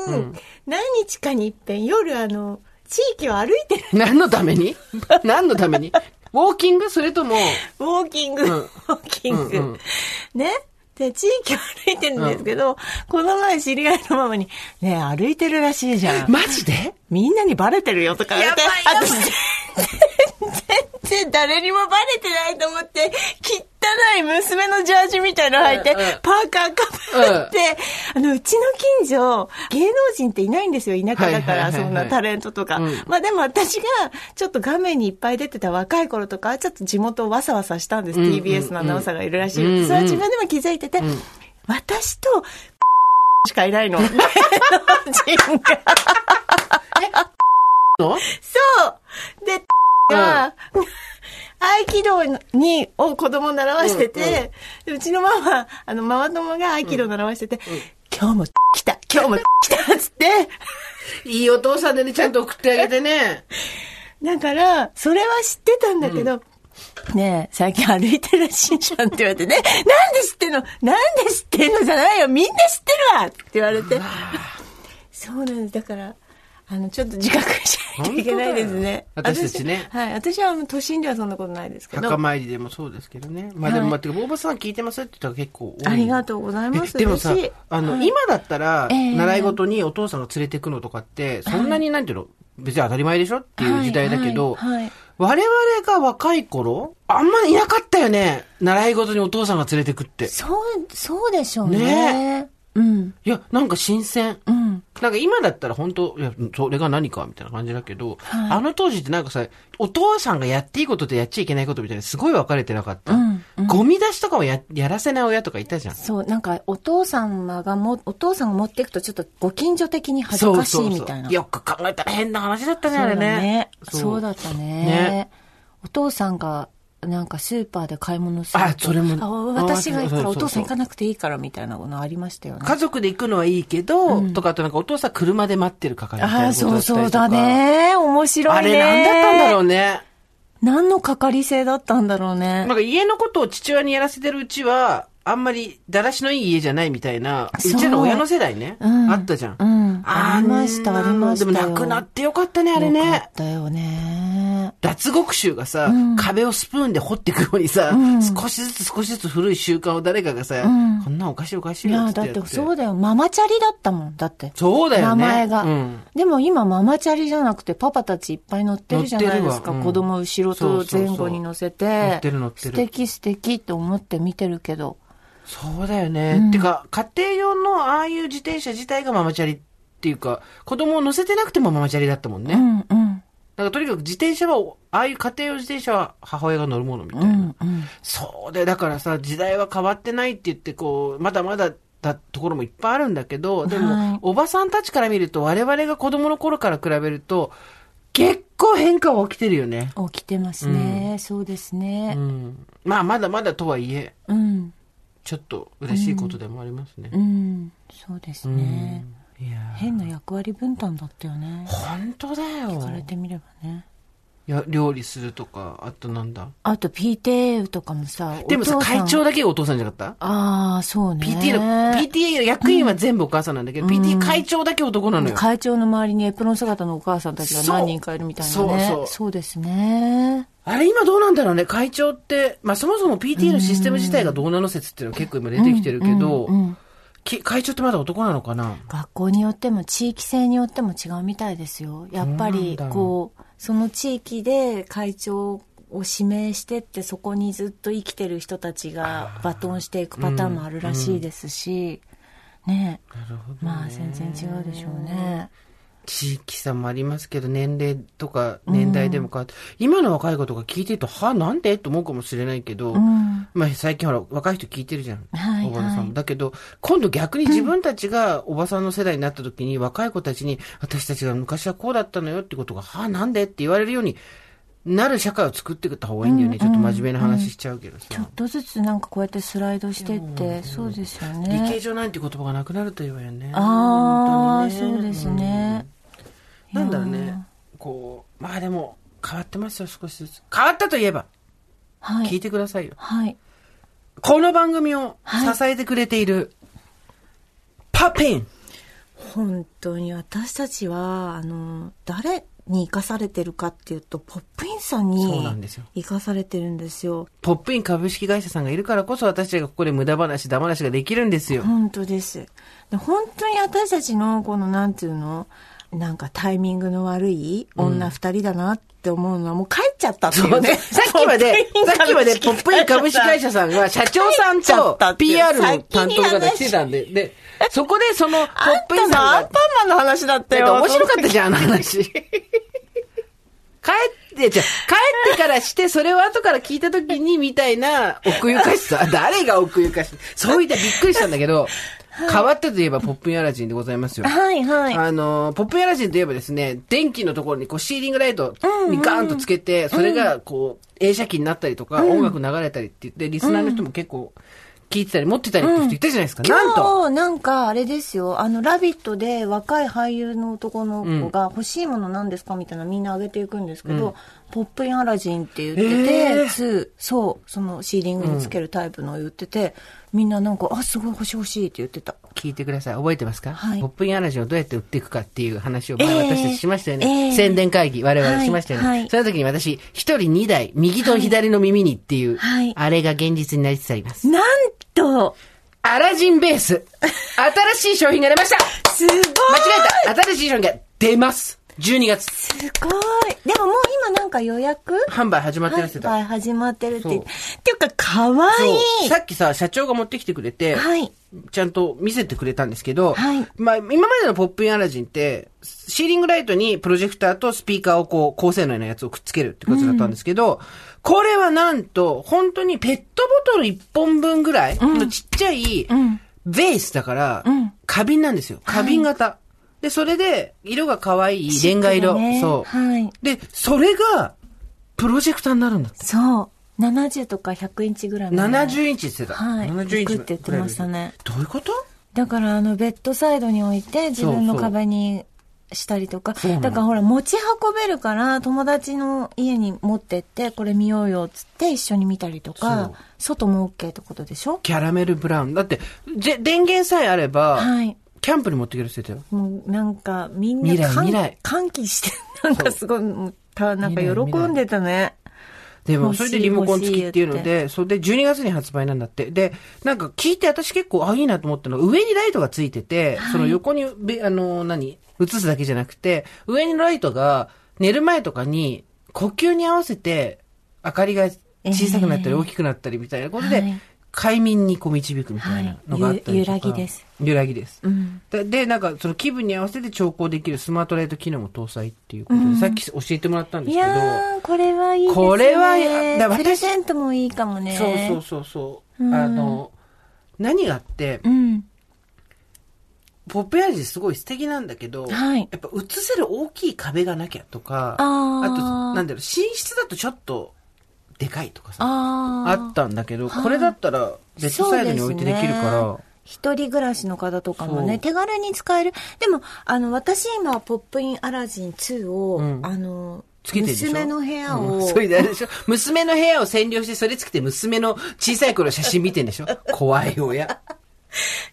C: 何日かに一遍夜あの、地域を歩いてる。
B: 何のために何のためにウォーキングそ れとも、
C: ウォーキング、
B: ん
C: ウォーキング。
B: うんうん
C: ね。で、地域を歩いてるんですけど、この前知り合いのママに、ねえ歩いてるらしいじゃん。
B: マジで
C: みんなにバレてるよとか言われて、
B: やばいやばい
C: 私全然誰にもバレてないと思って、汚い娘のジャージみたいなの履いて
B: うんうん、
C: パーカーかぶって、あの、うちの近所、芸能人っていないんですよ、田舎だか
B: はいはいはいは
C: ら、
B: い
C: そんなタレントとか
B: うん。
C: まあでも私が、ちょっと画面にいっぱい出てた若い頃とか、ちょっと地元をわさわさしたんです、
B: うんうん
C: TBS のアナウンサーがいるらしい。
B: うんうん
C: それは自分でも気づいてて、私と、 しかいないの。芸能人が。
B: の
C: そうで、が、合気道に、を子供習わしてて、ううちのママ、あの、ママ友が合気道習わしてて、今日も来た今日も来たっつって、
B: いいお父さんでね、ちゃんと送ってあげてね。
C: だから、それは知ってたんだけど、ねえ、最近歩いてるらしいじゃんって言われてね、なんで知ってんのなんで知ってんのじゃないよみんな知ってるわって言われて。そうなんです。だから、あの、ちょっと自覚しないといけないですね。
B: 本当だよ私たちね
C: 私はい。私はもう都心ではそんなことないですけど。
B: 墓参りでもそうですけどね。まあでも、
C: はい
B: まあてか、大場さん聞いてますって言ったら結構多い。
C: ありがとうございます
B: えでもさ
C: 嬉しい、
B: あの、
C: はい
B: 今だったら、
C: ええ
B: 習い事にお父さんが連れてくのとかって、そんなになんていうの、別に当たり前でしょっていう時代だけど、
C: はいはいはい
B: 我々が若い頃、あんまいなかったよね。習い事にお父さんが連れてくって。
C: そう、そうでしょう
B: ね
C: ね。うん。
B: いや、なんか新鮮。
C: うん。
B: なんか今だったら本当、いや、それが何かみたいな感じだけど、
C: はい
B: あの当時ってなんかさ、お父さんがやっていいこととやっちゃいけないことみたいにすごい分かれてなかった。
C: うんうん
B: ゴミ出しとかもややらせない親とかいたじゃん。
C: そう、なんか、お父様がも、お父さんが持っていくと、ちょっとご近所的に恥ずかしいみたいな。
B: よく考えたら変な話だったね、あれ
C: そうだ
B: ね
C: ね。。そうだったね
B: ね
C: お父さんが、なんかスーパーで買い物すると。
B: あそれも
C: あ私が行くから
B: あそうそうそう
C: お父さん行かなくていいからみたいなものありましたよね。
B: 家族で行くのはいいけど、とか、あとなんかお父さん車で待ってる係みたい
C: あ
B: な
C: あ、
B: こと
C: そ
B: を
C: う
B: したり
C: そう
B: と
C: だ。
B: か
C: ね。面白
B: あ
C: いね。
B: れなんだったんだろうね。
C: 何の係性だったんだろうね
B: なん。か家のことを父親にやらせてるうちは、あんまりだらしのいい家じゃないみたいな、う
C: そう
B: ちらの親の世代ね。
C: うん
B: あったじゃん。
C: うん
B: ー
C: ありました
B: なんなの
C: ありましたよ
B: でもなくなってよかったね、あれ
C: よか
B: ね
C: っ。たよね。
B: 脱獄臭がさ、壁をスプーンで掘っていくようにさ、少しずつ少しずつ古い習慣を誰かがさ、こんなんおかしいおかし
C: い
B: いよ
C: や、
B: っつ
C: だっ
B: っ
C: て
B: やって
C: てそうだよ。ママチャリだったもん。だって。
B: そうだよね。
C: 名前が、
B: うん
C: でも今ママチャリじゃなくてパパたちいっぱい乗ってるじゃないですか、
B: 乗ってるわうん
C: 子供後ろと前後に乗せて
B: そうそう乗ってる乗ってる
C: 素敵素敵って思って見てるけど
B: そうだよね。てか、家庭用のああいう自転車自体がママチャリっていうか、子供を乗せてなくてもママチャリだったもんね。
C: うんうん
B: だからとにかく自転車は、ああいう家庭用自転車は母親が乗るものみたいな。
C: うんうん
B: そうで、だからさ、時代は変わってないって言って、こう、まだまだだところもいっぱいあるんだけど、でも、
C: はい
B: おばさんたちから見ると、我々が子供の頃から比べると、結構変化は起きてるよね。
C: 起きてますね、そうです
B: う
C: ね
B: ん。まあ、まだまだとはいえ、
C: うん
B: ちょっと嬉しいことでもありますね
C: うん、。そうですね、
B: いや
C: 変な役割分担だったよね
B: ー本当だよ。
C: 言われてみればね
B: いや、料理するとか、あとなんだ。
C: あと PTA とかもさ
B: でもさ、
C: お父
B: 会
C: ん
B: 長だけがお父さんじゃなかった
C: ああそうね
B: PTA の、PTA の役員は全部お母さんなんだけど、PTA 会長だけ男なのよ。
C: 会長の周りにエプロン姿のお母さんたちが何人かいるみたいなね。
B: そうそうそう
C: ですね。
B: あれ今どうなんだろうね、会長って、まあそもそも PTA のシステム自体がどうなの説っていうのは結構今出てきてるけど、
C: うんうん
B: き会長ってまだ男なのかな
C: 学校によっても地域性によっても違うみたいですよ。やっぱり
B: そうなんだ
C: こうその地域で会長を指名してってそこにずっと生きてる人たちがバトンしていくパターンもあるらしいですし、ねえ
B: なるほど。
C: まあ全然違うでしょうね。
B: 地域差もありますけど、年齢とか年代でも変わって、今の若い子とか聞いてると、は、なんでと思うかもしれないけど、
C: うん。
B: まあ、最近ほら、若い人聞いてるじゃん。
C: はい
B: おばさん
C: は
B: も。
C: い
B: だけど、今度逆に自分たちがおばさんの世代になった時に、若い子たちに、私たちが昔はこうだったのよってことが、はあ、なんでって言われるようになる社会を作っていった方がいいんだよね。ちょっと真面目な話しちゃうけどさ。
C: ちょっとずつなんかこうやってスライドしてって、そうですよ
B: 理系
C: ね。
B: 上なんて言葉がなくなるといいわよね。
C: ああ、
B: 本当に
C: そうですね。
B: うんなんだろうね。こう、まあでも、変わってますよ、少しずつ。変わったといえば、
C: は
B: 聞い
C: い。
B: てくださいよ。
C: はい。
B: この番組を
C: はい
B: 支えてくれている、パピン
C: 本当に私たちはあの誰に生かされてるかっていうとポップインさんに
B: そうなんですよ
C: 生かされてるんですよ
B: ポップイン株式会社さんがいるからこそ私たちがここで無駄話、ダ話ができるんですよ。
C: 本当ですで本当に私たちのこのなんていうのなんかタイミングの悪い女二人だなって思うのはもう帰っちゃったっていう ね、
B: さっきまで、さっきまでポップイン株式会社さんが社長さん
C: 帰っちゃ
B: と
C: ったっていう
B: PR の担当方が来てたんで、 で、そこでそのポ
C: あん
B: ップイ
C: た
B: ン
C: のア
B: さ
C: ンパ
B: んが
C: ン、マンの話だった
B: なんか
C: よ
B: 面白かったじゃん、あの話。帰って、じゃあ帰ってからして、それを後から聞いた時に、みたいな、奥ゆかし さ。誰が奥ゆかしさそういったびっくりしたんだけど、変わったといえばポップインアラジンでございますよ。
C: はいはい
B: あの、ポップインアラジンといえばですね、電気のところにこうシーリングライトにガーンとつけて、それがこう、映写機になったりとか、音楽流れたりって言って、リスナーの人も結構聞いてたり持ってたりって人いたじゃないですか。なんと
C: 今日なんかあれですよ「あのラビット!」で若い俳優の男の子が欲しいものなんですかみたいなのみんな上げていくんですけど「ポップインアラジン」って言ってて、
B: えー
C: 2そうそのシーリングにつけるタイプのを言ってて、みんななんか「あすごい欲しい欲しい」って言ってた
B: 聞いてください。覚えてますか、
C: はい
B: ポップインアラジンをどうやって売っていくかっていう話を
C: え
B: 前
C: え
B: 私たちしましたよ
C: え
B: ね。
C: え
B: 宣伝会議、我々しましたよね。
C: はいはい
B: その時に私、一人二台、右と左の耳にっていう、
C: はい
B: あれが現実になりつつあります。
C: なんと
B: アラジンベース、新しい商品が出ました
C: すごい
B: 間違えた新しい商品が出ます !12 月。
C: すごいでももう今なんか予約
B: 販売始まってるって言ってた。
C: はい、始まってるって言って。
B: そ
C: っていうか、かわ
B: そ
C: いうい
B: さっきさ、社長が持ってきてくれて、
C: はい。
B: ちゃんと見せてくれたんですけど、
C: はい
B: まあ、今までのポップインアラジンって、シーリングライトにプロジェクターとスピーカーをこう、高性能なやつをくっつけるってことだったんですけど、これはなんと、本当にペットボトル1本分ぐらいのちっちゃい、
C: ん
B: ベースだから、
C: ん
B: 花瓶なんですよ。花瓶型。で、それで、色が可愛い、レンガ
C: シッ
B: 色。
C: クだね
B: そう、
C: はい。
B: で、それが、プロジェクターになるんだって。
C: そう。70とか100インチぐらいのね。
B: 70インチって言ってた。
C: はい
B: 70インチ。
C: 行くって言ってましたね。
B: どういうこと
C: だから、あの、ベッドサイドに置いて、自分の壁にしたりとか。
B: そうなの
C: だから、ほら、持ち運べるから、友達の家に持ってって、これ見ようよ、つって一緒に見たりと
B: そう
C: か、外も OK ってことでしょ
B: キャラメルブラウン。だって、ぜ電源さえあれば、
C: はい。
B: キャンプに持っていけるって言ってたよ。
C: もうなんかみんな
B: 未来
C: 歓
B: 未来
C: 歓喜して、なんかすごい、もうたなんか喜んでたね。
B: で
C: 欲
B: も、
C: しい
B: それでリモコン付きっていうの
C: 欲しい
B: で、それで12月に発売なんだって。で、なんか聞いて私結構、あ、いいなと思ったのが、上にライトがついてて、その横に、べあの、何映すだけじゃなくて、上にライトが、寝る前とかに、呼吸に合わせて、明かりが小さくなったり大きくなったりみたいなことで、
C: はい
B: 快眠にこう導くみたいなのがあったりとか、
C: はいゆ揺らぎです。
B: 揺らぎです。
C: うん。
B: で、でなんか、その気分に合わせて調光できるスマートライト機能も搭載っていうことで、さっき教えてもらったんで
C: い
B: すけど、
C: やー、これはいいですね。
B: これはいやだから私
C: プレゼントもいいかもね。
B: そうそうそうそう、
C: うん
B: あの、何があって、
C: うん。
B: ポップヤージすごい素敵なんだけど、
C: はい
B: やっぱ映せる大きい壁がなきゃとか、
C: あー
B: と、なんだろう、寝室だとちょっとでかいとかさ、あ
C: あー
B: ったんだけど、
C: はい
B: これだったらベッドサイドに置いてできるから、
C: そうですね一人暮らしの方とかも
B: そう
C: ね、手軽に使える。でも、あの、私今、ポップインアラジン2を、
B: うん
C: あの、
B: つけてるでしょ
C: 娘の部屋を、
B: うんそれであれでしょ娘の部屋を占領してそれつけて娘の小さい頃の写真見てんで しょ怖い親。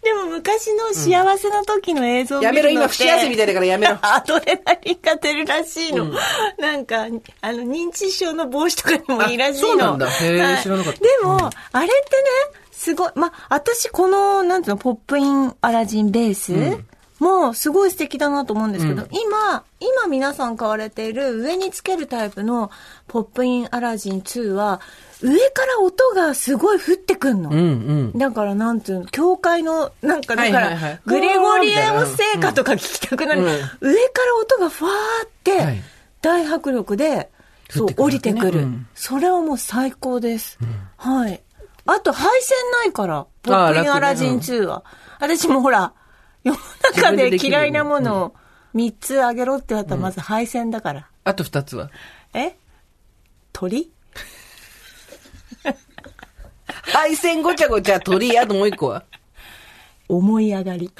C: でも昔の幸せの時の映像を見
B: や
C: る
B: め
C: のって、。
B: ろ、今不幸せみたいだからやめろ
C: アドレナリンが出るらしいの。なんか、あの、認知症の防止とかにもいいらしいの。
B: あそうなんだへー
C: はい
B: 知らなかった
C: でも、あれってね、すごい、ま、私この、なんていうの、ポップインアラジンベース、もうすごい素敵だなと思うんですけど、
B: うん
C: 今、今皆さん買われている上につけるタイプのポップインアラジン2は、上から音がすごい降ってくんの。
B: うんうん。
C: だから、なんていうの、教会の、なんか、だか
B: はいはいはい
C: ら、グレゴリエオ聖歌とか聞きたくなる。
B: うん
C: 上から音がふわーって
B: はい、
C: 大迫力で、そ
B: 降
C: う
B: って、くる
C: 降りてく
B: う
C: る
B: ん。
C: それはもう最高です。はい。あと、配線ないから、ポップインアラジン2は。私もほら、世の中で嫌いなものを3つあげろってやったら、まず配線だから。
B: あと二 つは。
C: え鳥
B: 配線ごちゃごちゃ鳥、あともう一個は。
C: 思い上がり。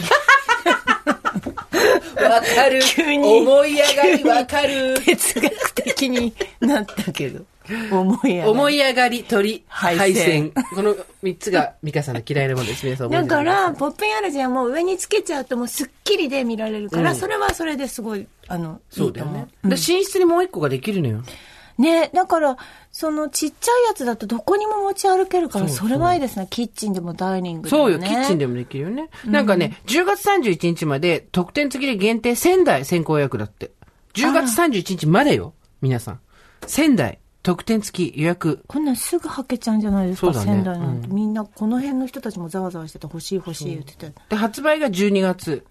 B: わかる。
C: 急に
B: 思い上がりわかる。
C: 哲学的になったけど。思い上がり。
B: 思い上がり、鳥、
C: 配
B: 配線。
C: 線
B: この三つがミカさんの嫌いなものです。皆さん覚え
C: だ
B: てくだ
C: か
B: さい
C: ら、ポップインアラジンはもう上につけちゃうともうスッキリで見られるから、
B: うん
C: それはそれですごい、あの、
B: そうだよね
C: いい。
B: で寝室にもう一個ができるのよ。
C: と思う。ね、だから、そのちっちゃいやつだとどこにも持ち歩けるから、
B: そうそ
C: そうれはいいですね。キッチンでもダイニングでも、
B: そう
C: ね。
B: よ、キッチンでもできるよね。なんかね、10月31日まで特典付きで限定仙台先行予約だって。10月31日までよ、皆さん。仙台特典付き予約。
C: こんなんすぐ履けちゃうんじゃないですか、
B: そうだね
C: 仙台なんて、みんな、この辺の人たちもざわざわしてて、欲しい欲しい言ってて。
B: で、発売が12月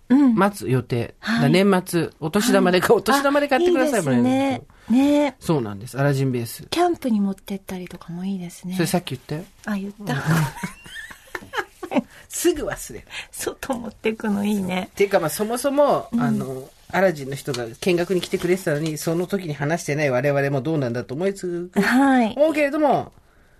B: 末予定。
C: はい
B: だ年末、お年玉で買、お年玉で買ってください
C: あ
B: も
C: いい
B: ん
C: ですね。ね
B: そうなんです。アラジンベース。
C: キャンプに持ってったりとかもいいですね
B: それ。さっき言ったよ。
C: あ、言った。
B: すぐ忘れる。
C: 外持ってくのいいね。
B: ていうかまあそもそも、あの、アラジンの人が見学に来てくれてたのに、その時に話してない我々もどうなんだと思いつつ、
C: はい。
B: 思うけれども、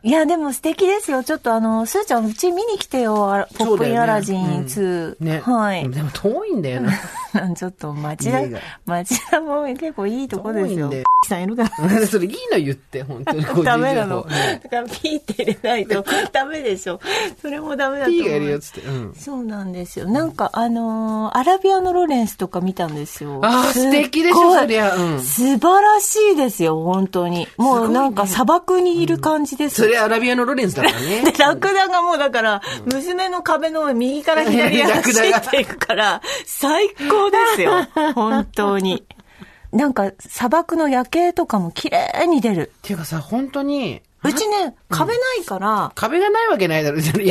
C: いや、でも素敵ですよ。ちょっとあの、すーちゃん、うち見に来てよ。あらポップインアラジン2。
B: ね。
C: はい。
B: でも遠いんだよ な。
C: ちょっと町田
B: 家が、
C: 町田も結構いいとこです
B: 遠いん
C: よ。
B: だよ
C: さんいるかな
B: それいいの言って、本 当に。個人情報
C: ダメなの。
B: ね
C: だからピーって入れないとダメでしょ。それもダメだと
B: P
C: 思
B: がいるよ
C: う。
B: っつって。うん。
C: そうなんですよ。なんかあのーアラビアのロレンスとか見たんですよ。
B: あー
C: すっご
B: 素
C: い
B: 敵でしょそりゃうん
C: 素晴らしいですよ、本当に。もうなんか砂漠にいる感じです
B: そ
C: よ
B: れアラビアのロレンスだから ね。
C: で、ラクダがもうだから、娘の壁の右から 左へ走っていくから、最高ですよ。本当に。なんか砂漠の夜景とかも綺麗に出る。
B: ていうかさ、本当に、
C: うちね、壁ないから、
B: 壁がないわけ ないだろ。野外、
C: い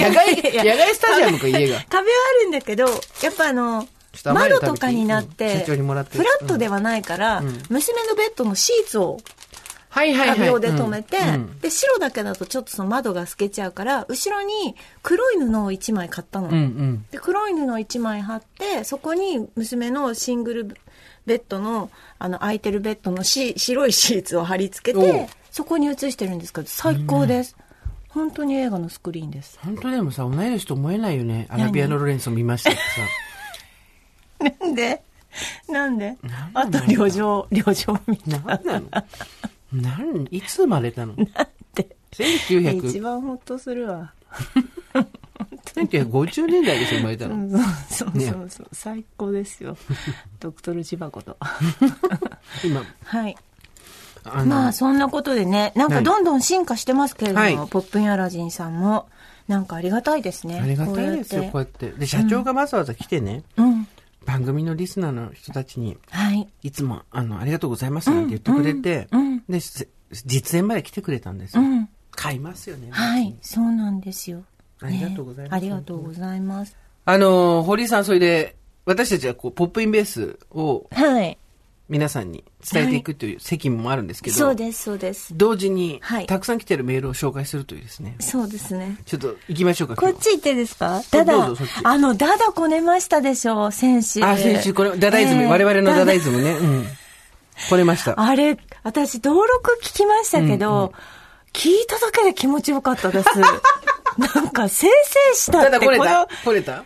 C: や
B: 野外スタジアムか、家が。
C: 壁はあるんだけど、やっぱあの
B: ちょっ、と甘いの
C: 窓
B: 食べ
C: と
B: て
C: かになって、
B: うん社長にもらって
C: フラットではないから、娘のベッドのシーツを
B: はいはいはい。
C: 壁で止めて、
B: うんうん
C: で、白だけだとちょっとその窓が透けちゃうから、後ろに黒い布を1枚買ったの。
B: うんうん。
C: で、黒い布を1枚貼って、そこに娘のシングルベッドの、あの、空いてるベッドのし白いシーツを貼り付け
B: おう
C: て、そこに写してるんですけど、最高です。本当に映画のスクリーンです。
B: 本当でもさ、同い年と思えないよね。アラビアのロレンスを見ましたってさ。
C: なんでなんであ
B: なんだ
C: と、旅情、旅情み たい
B: なんなのなん、いつ生まれたの
C: で。一
B: ?1900、
C: 番ほっとするわ。
B: 1950年代でしょ、生まれた
C: う
B: の。
C: んそうそうそうそう、最高です よ。ドクトル千葉子と。
B: 今、
C: はい。
B: あ
C: ま
B: の
C: あ、そんなことでね、なんか
B: はい
C: どんどん進化してますけれども、
B: はい
C: ポップインアラジンさんも、なんかありがたいですね。
B: ありがたいですよ、こ
C: こ
B: う
C: うや
B: や
C: っ
B: って。で、社長がわざわざ来てね、
C: てうん。
B: 番組のリスナーの人たちに、
C: はい。
B: いつも、あの、ありがとうございますなんて言ってくれて、
C: うんうん
B: で、せ実演まで来てくれたんです
C: う
B: よ。
C: ん。
B: 買いますよね。
C: はい。そうなんですよ。
B: ありがとうございます
C: ねありがとうございます。
B: あの、堀井さん、それで、私たちはこう、ポップインベースを
C: はい。
B: 皆さんに伝えていくという責務もあるんですけど、
C: そうです、そうです。
B: 同時に、
C: はい
B: たくさん来てるメールを紹介するというですね。
C: そうですね。
B: ちょっと行きましょうか。
C: こ
B: 今
C: っ
B: 日
C: ち行ってですか
B: ど
C: ダ
B: う
C: ダ
B: ぞそっち、
C: あの、ダダこねましたでしょ、先週。
B: あ、先週これ、ダダイズム、
C: ええ
B: 我々のダダイズムね。うん。これました。
C: あれ、私、登録聞きましたけど、聞いただけで気持ちよかった です。なんか、せいせいした
B: た
C: っ
B: だ
C: て、
B: これ
C: この
B: たこれた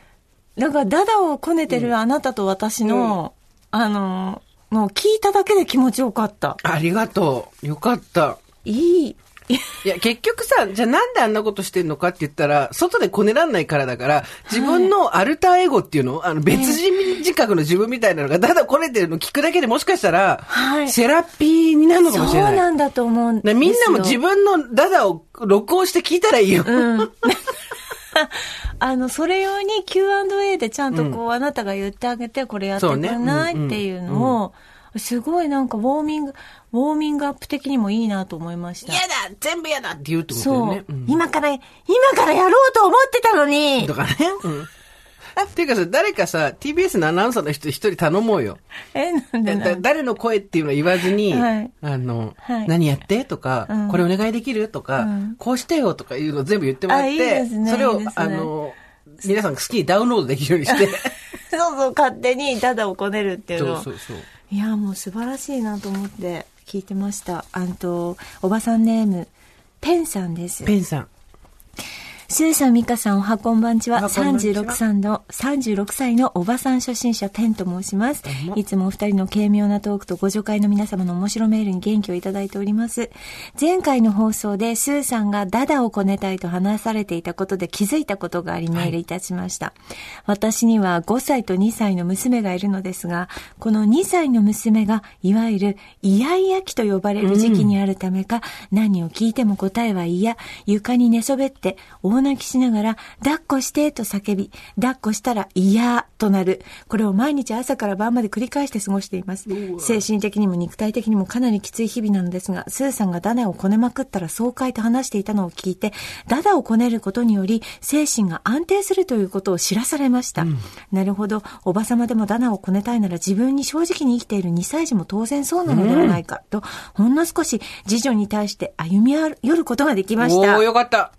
C: なんか、ダダをこねてるあなたと私の、あの、もう聞いただけで気持ちよかった。
B: ありがとう。よかった。
C: いい。
B: いや、結局さ、じゃあなんであんなことしてんのかって言ったら、外でこねらんないからだから、自分のアルターエゴっていうの、あの、別人自覚の自分みたいなのが、ただこねてるの聞くだけでもしかしたら、
C: はい
B: セラピーになるのか
C: そ
B: も
C: う
B: しれない。
C: なんだと思うんです
B: で
C: よ。
B: みんなも自分のダダを録音して聞いたらいいよ。
C: うん。 あの、それ用に Q&A でちゃんとこう、あなたが言ってあげて、これやってくんない、
B: そうね
C: っていうのを、すごいなんかウォーミング、ウォーミングアップ的にもいいなと思いました。
B: 嫌だ全部嫌だって言うってことだ
C: そう、
B: よね。うん
C: 今から、今からやろうと思ってたのに
B: と。かね。うん。 っていうかさ、誰かさ、TBS のアナウンサーの人一人頼もうよ。
C: え、なんで
B: だ
C: な
B: だ
C: ん
B: 誰の声っていうのは言わずに、
C: はい
B: あの、
C: はい
B: 何やってとか、
C: うん
B: これお願いできるとか、
C: うん
B: こうしてよとかいうのを全部言ってもらって、
C: あいいですね
B: それを
C: いいですね
B: あの、皆さんが好きにダウンロードできるように して。
C: そうそう、勝手にダダをこねるっていう
B: そ
C: の。
B: うそうそう。
C: いや、もう素晴らしいなと思って聞いてました。あんと、おばさんネーム、ペンさんです。
B: ペンさん。
C: スーさん、ミカさん、おはこんばんち
B: お
C: は。
B: はこんばんちは
C: 36歳の、36歳のおばさん初心者、テンと申します
B: どう。も
C: いつもお二人の軽妙なトークとご助会の皆様の面白メールに元気をいただいております。前回の放送で、スーさんがダダをこねたいと話されていたことで気づいたことがありメールいたしました。私には5歳と2歳の娘がいるのですが、この2歳の娘が、いわゆる、イヤイヤ期と呼ばれる時期にあるためか、何を聞いても答えは嫌、床に寝そべって、大泣きしながら、抱っこしてと叫び、抱っこしたら嫌となる。これを毎日朝から晩まで繰り返して過ごしています。精神的にも肉体的にもかなりきつい日々なのですが、スーさんがダナをこねまくったら爽快と話していたのを聞いて、ダダをこねることにより、精神が安定するということを知らされました。なるほど、おばさまでもダナをこねたいなら自分に正直に生きている2歳児も当然そうなのではないか、と、ほんの少し次女に対して歩み寄ることができまし
B: お
C: た。
B: ー、よかった。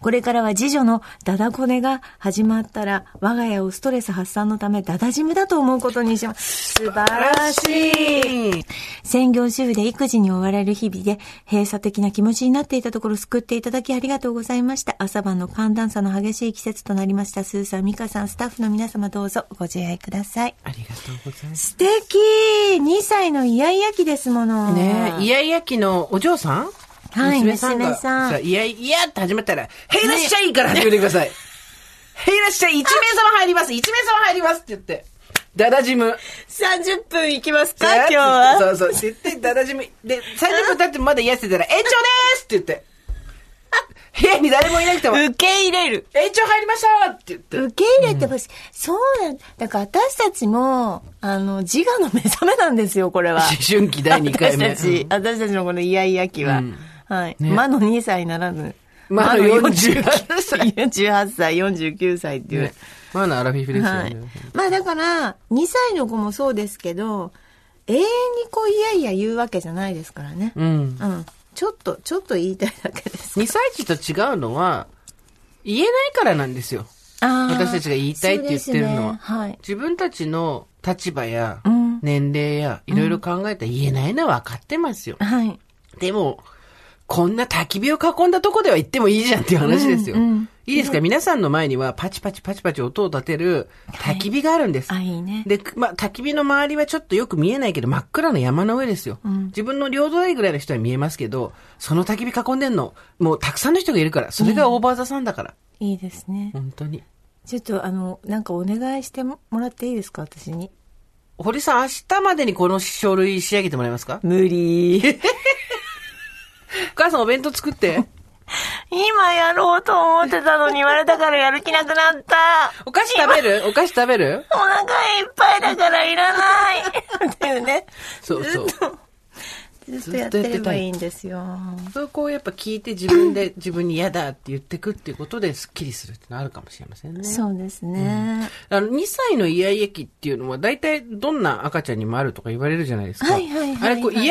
C: これからは次女のダダコネが始まったら、我が家をストレス発散のためダダジムだと思うことにします。素晴らしい。
B: い。
C: 専業主婦で育児に追われる日々で、閉鎖的な気持ちになっていたところ救っていただきありがとうございました。朝晩の寒暖差の激しい季節となりました。スーさん、ミカさん、スタッフの皆様どうぞご自愛ください。
B: ありがとうございます。
C: 素敵 !2 歳のイヤイヤ期ですもの。
B: ねえ、イ
C: や。
B: ヤイヤ期のお嬢さん
C: はい
B: が
C: 娘さん
B: いやいやって始めたら、へいらっしゃいから始めてください。へいらっしゃい、一名様入ります、一名様入りますって言って。ダダジム。
C: 30分いきますか
B: さあ
C: 今日は。
B: そうそう、絶対ダダジム。で、30分経ってもまだ癒やせたら、延長ですって言って。部屋に誰もいなくても、延
C: 受け入れる。
B: 長入りましょうって言って。
C: 受け入れてほしい。そうなんだ。から私たちも、あの、自我の目覚めなんですよ、これは。
B: 思春期第2回目。
C: 私たち、私たちのこのイヤイヤ期は。
B: うん
C: はい。
B: ね
C: 魔の2歳ならぬ。
B: 魔の48歳
C: 48歳、49歳って
B: う
C: い
B: ん
C: う。
B: ねまあなアラフィフですよ
C: はい
B: ね。。
C: まあだから、2歳の子もそうですけど、永遠にこう、いやいや言うわけじゃないですからね。
B: うん。
C: うん。ちょっと、ちょっと言いたいだけです。
B: 2歳児と違うのは、言えないからなんですよ。
C: あー
B: 私たちが言いたいって言ってるのは
C: そうですねはい。
B: 自分たちの立場や
C: うん
B: 年齢やいろいろ考えたら言えないのは分かってますよ。
C: はい。
B: でも、こんな焚き火を囲んだとこでは行ってもいいじゃんっていう話ですよ。
C: うんうん
B: いいですか皆さんの前にはパチパチパチパチ音を立てる焚き火があるんです。
C: あ、いいね。
B: で、まあ、焚き火の周りはちょっとよく見えないけど、真っ暗な山の上ですよ。自分の両隣ぐらいの人は見えますけど、その焚き火囲んでんの、もうたくさんの人がいるから、それがオーバーザさんだから、
C: いいですね。
B: 本当に。
C: ちょっとあの、なんかお願いしてもらっていいですか、私に。
B: 堀さん、明日までにこの書類仕上げてもらえますか
C: 無理。
B: お母さんお弁当 作って。
C: 今やろうと思ってたのに言われたからやる気なくなった。
B: お菓子食べ るお菓子食べる
C: お腹いっぱいだからいらない。っていうね。
B: そうそう。
C: ずっとやってればいいんですよ。
B: そこをやっぱ聞いて自分で自分に嫌だって言ってくっていうことでスッキリするってのあるかもしれませんね。
C: そうですね。
B: あの、2歳のイヤイヤ期っていうのは、大体どんな赤ちゃんにもあるとか言われるじゃないですか。
C: はいはいはいはい
B: あれ、こう、イヤイ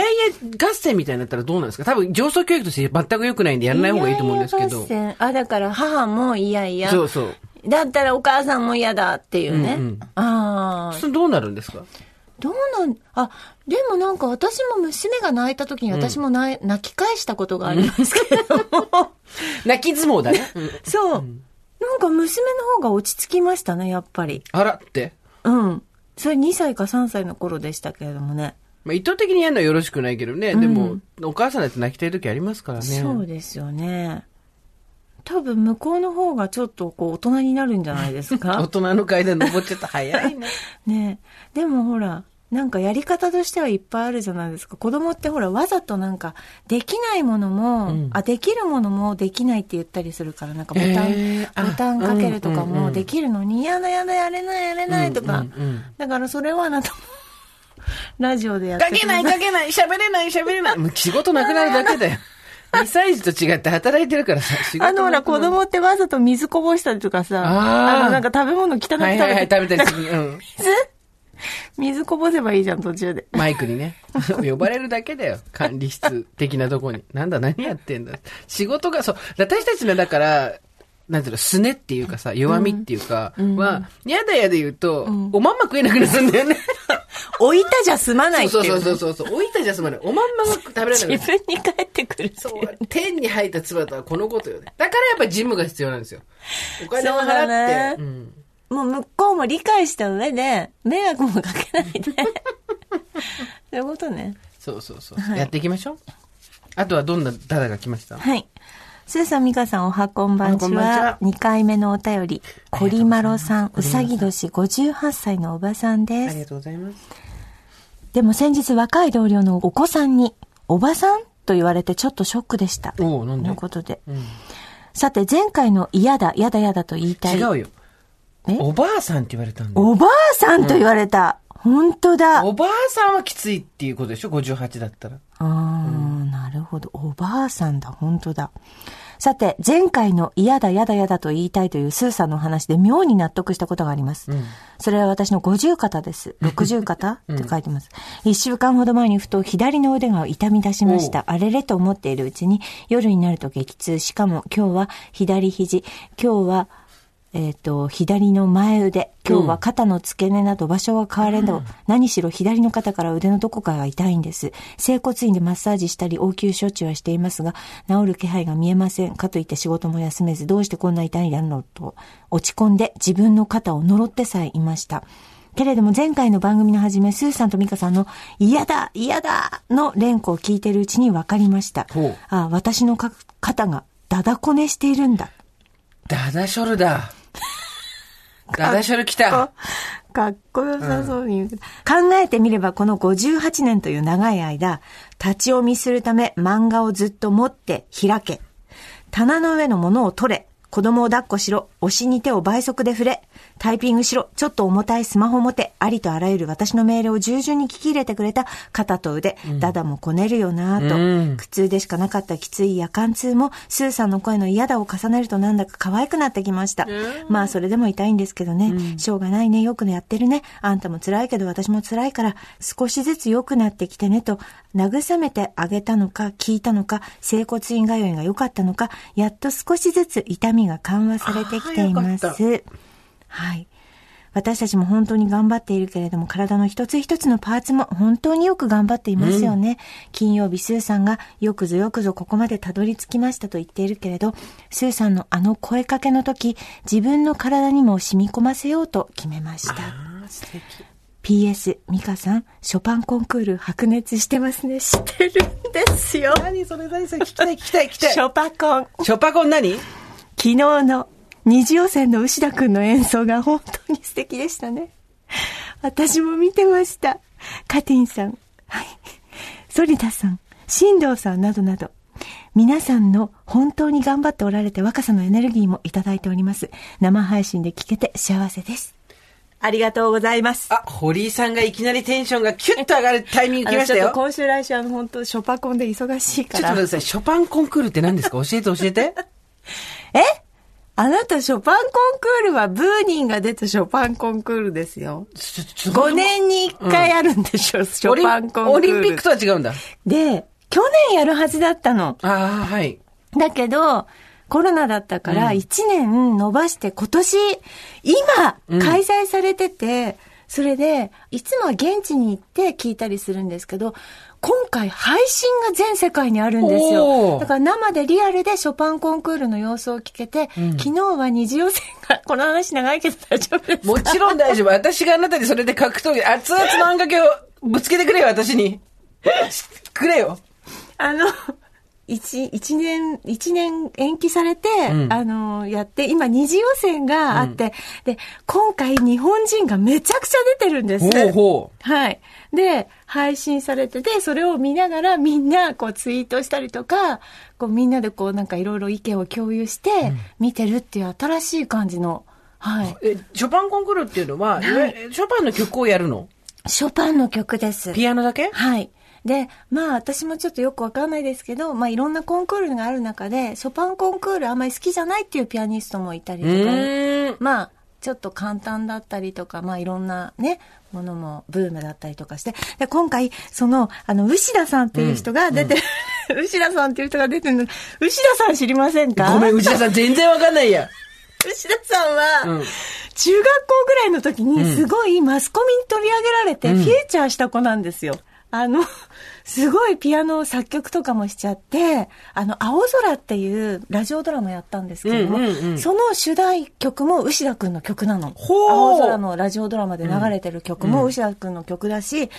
B: ヤ合戦みたいになったらどうなんですか多分、上層教育として全く良くないんでやらない方がいいと思うんですけど。
C: いやいや合戦あ、だから母もいやいや。
B: そうそう。
C: だったらお母さんも嫌だっていうね。
B: うんうん
C: ああ。
B: それどうなるんですか
C: どうなん、あ、でもなんか私も娘が泣いた時に私も泣,、泣き返したことがあります けれども。
B: 泣き相撲だね。 うん
C: そう。なんか娘の方が落ち着きましたね、やっぱり。
B: あらって。
C: うん。それ2歳か3歳の頃でしたけれどもね。
B: まあ、意図的にやるのはよろしくないけどね。でも、お母さんだって泣きたい時ありますからね。
C: そうですよね。多分向こうの方がちょっとこう大人になるんじゃないです
B: 大
C: か
B: 人の階段登っちゃった早いね。
C: ねえでもほら、なんかやり方としてはいっぱいあるじゃないですか。子供ってほら、わざとなんか、できないものも、
B: うん
C: あ、できるものもできないって言ったりするから、なんかボタン、
B: へえあ
C: ボタンかけるとか
B: うんうんう
C: も
B: ん
C: できるのに、やだやだやれないやれないとか。
B: うんうんうん
C: だからそれはあなたも、ラジオでやって
B: 書けない書けない喋れない喋れ ない。もう仕事なくなるだけ だよ。2歳児と違って働いてるからさ、仕事
C: あのほら、
B: なく
C: 子
B: なる
C: 供ってわざと水こぼしたりとかさ、
B: あー
C: あの、なんか食べ物汚く食べて、
B: はいはいはい、食べたりする。 うん。
C: 水こぼせばいいじゃん、途中で。
B: マイクにね。呼ばれるだけだよ。管理室的なとこに。なんだ、何やってんだ。仕事が、そう。私たちの、だから、なんていうの、すねっていうかさ、弱みっていうか、は、やだやで言うと、おまんま食えなくなるんだ よね。
C: 置いたじゃ済まないって
B: そ
C: いうう。
B: そうそうそうそう。置いたじゃ済まない。おまんまが食べられなくなる
C: 自分に返ってくるってい。
B: そうう。天に入った唾とはこのことよね。だからやっぱジムが必要なんですよ。お金を
C: そうだ
B: 払
C: ね
B: って。うん
C: もう向こうも理解した上で、迷惑もかけ ないで。そういうことね。
B: そうそうそう。やっていきましょう。あとはどんなダダが来ました
C: はい。スーさん、ミカさん、おはこんばん
B: おはこ
C: ち
B: んばんちは
C: は。2回目のお便り。コリマロさん、
B: あ
C: う
B: りが
C: さ
B: とう
C: ぎ年58歳のおばさんで
B: あ
C: す
B: りが。とうございます。
C: でも先日若い同僚のお子さんに、おばさんと言われてちょっとショックでした。
B: おうなんで
C: のことで。
B: うん
C: さて、前回の嫌だ、嫌だ、嫌だと言いたい。
B: 違うよ。
C: え
B: おばあさんって言われたんだよ。
C: おばあさんと言われた。本当だ。
B: おばあさんはきついっていうことでしょ ?58 だったら。
C: あーなるほど。おばあさんだ、本当だ。さて、前回の嫌だ、嫌だ、嫌だと言いたいというスーさんの話で妙に納得したことがあります。それは私の五十肩です。六十肩、って書いてます。一週間ほど前にふと左の腕が痛み出しました。あれれと思っているうちに、夜になると激痛。しかも今日は左肘、今日はえっ、と、左の前腕、今日は肩の付け根など場所は変われど、何しろ左の肩から腕のどこかが痛いんです。整骨院でマッサージしたり応急処置はしていますが、治る気配が見えません。かといって仕事も休めず、どうしてこんな痛いだろうと、落ち込んで自分の肩を呪ってさえいました。けれども前回の番組の始め、スーさんとミカさんの嫌だ嫌だの連呼を聞いているうちに分かりました
B: ほう。
C: ああ、私のか肩がだだこねしているんだ。
B: ダダショル だ。ダダショル来た。
C: かっこよさそうに言うけど、考えてみればこの58年という長い間、立ち読みするため漫画をずっと持って開け、棚の上のものを取れ、子供を抱っこしろ、推しに手を倍速で触れ、タイピングしろ、ちょっと重たいスマホ持て、ありとあらゆる私の命令を従順に聞き入れてくれた肩と腕、ダダもこねるよなぁと、苦痛でしかなかったきつい夜間痛も、スーさんの声の嫌だを重ねるとなんだか可愛くなってきました。まあそれでも痛いんですけどね、しょうがないね、よくやってるね、あんたも辛いけど私も辛いから、少しずつ良くなってきてねと、慰めてあげたのか、聞いたのか、整骨院通いが良かったのか、やっと少しずつ痛みが緩和されてきていま
B: あーよ
C: す。はい。私たちも本当に頑張っているけれども、体の一つ一つのパーツも本当によく頑張っていますよね。金曜日、スーさんが、よくぞよくぞここまでたどり着きましたと言っているけれど、スーさんのあの声かけの時、自分の体にも染み込ませようと決めました。
B: 素敵。
C: PS、ミカさん、ショパンコンクール白熱してますね。してるんですよ。
B: 何それ何それ聞きたい聞きたい聞きたい。
C: シ
B: ショ
C: ョパコン。
B: パコン何
C: 昨日の二次予選の牛田くんの演奏が本当に素敵でしたね。私も見てました。カティンさん、はい。ソリダさん、新藤さんなどなど。皆さんの本当に頑張っておられて若さのエネルギーもいただいております。生配信で聞けて幸せです。ありがとうございます。
B: あ、堀井さんがいきなりテンションがキュッと上がるタイミング来まし
C: あのち
B: た
C: ょっ
B: よ。
C: と今週来週あの本当ショパコンで忙しいか
B: ちょっと待ってく
C: ら
B: だ。さい。ショパンコンクールって何ですか教えて教えて。
C: えあなたショパンコンクールはブーニンが出たショパンコンクールですよ。
B: ちょちょ
C: 5年に1回あるんでしょ、ショパンコンクール。
B: オリンオリンピックとは違うんだ。
C: で、去年やるはずだったの。
B: ああ、はい。
C: だけど、コロナだったから1年伸ばして今年、今、開催されてて、それで、いつもは現地に行って聞いたりするんですけど、今回配信が全世界にあるんです
B: お
C: よ。
B: ー
C: だから生でリアルでショパンコンクールの様子を聞けて、昨日は二次予選が、 この話長いけど大丈夫ですか
B: もちろん大丈夫。私があなたにそれで格闘技、熱々のあんかけをぶつけてくれよ、私に。くれよ。
C: あの、一、一年、一年延期されて、
B: うん
C: あの、やって、今二次予選があって、で、今回日本人がめちゃくちゃ出てるんです。
B: ほうほう。
C: はい。で、配信されてて、それを見ながらみんなこうツイートしたりとか、こうみんなでこうなんかいろいろ意見を共有して、見てるっていう新しい感じの、はい。
B: え、ショパンコンクールっていうのは、いわゆるショパンの曲をやるの
C: ショパンの曲です。
B: ピアノだけ
C: はい。で、まあ私もちょっとよくわかんないですけど、まあいろんなコンクールがある中で、ショパンコンクールあんまり好きじゃないっていうピアニストもいたり
B: う
C: とか、
B: ーん。
C: まあちょっと簡単だったりとか、まあいろんなね、ものもブームだったりとかして、で、今回、その、あの、牛田さんっていう人が出て、 牛田さんっていう人が出てるの、牛田さん知りませんか
B: ごめん、内田さん全然わかんな いや。
C: 牛田さんは、
B: うん
C: 中学校ぐらいの時にすごいマスコミに取り上げられてフィーチャーした子なんですよ。あの、 すごいピアノ作曲とかもしちゃって、あの、青空っていうラジオドラマやったんですけども、
B: うんうんうん
C: その主題曲も牛田くんの曲なの。
B: ほう
C: 青空のラジオドラマで流れてる曲も牛田くんの曲だし、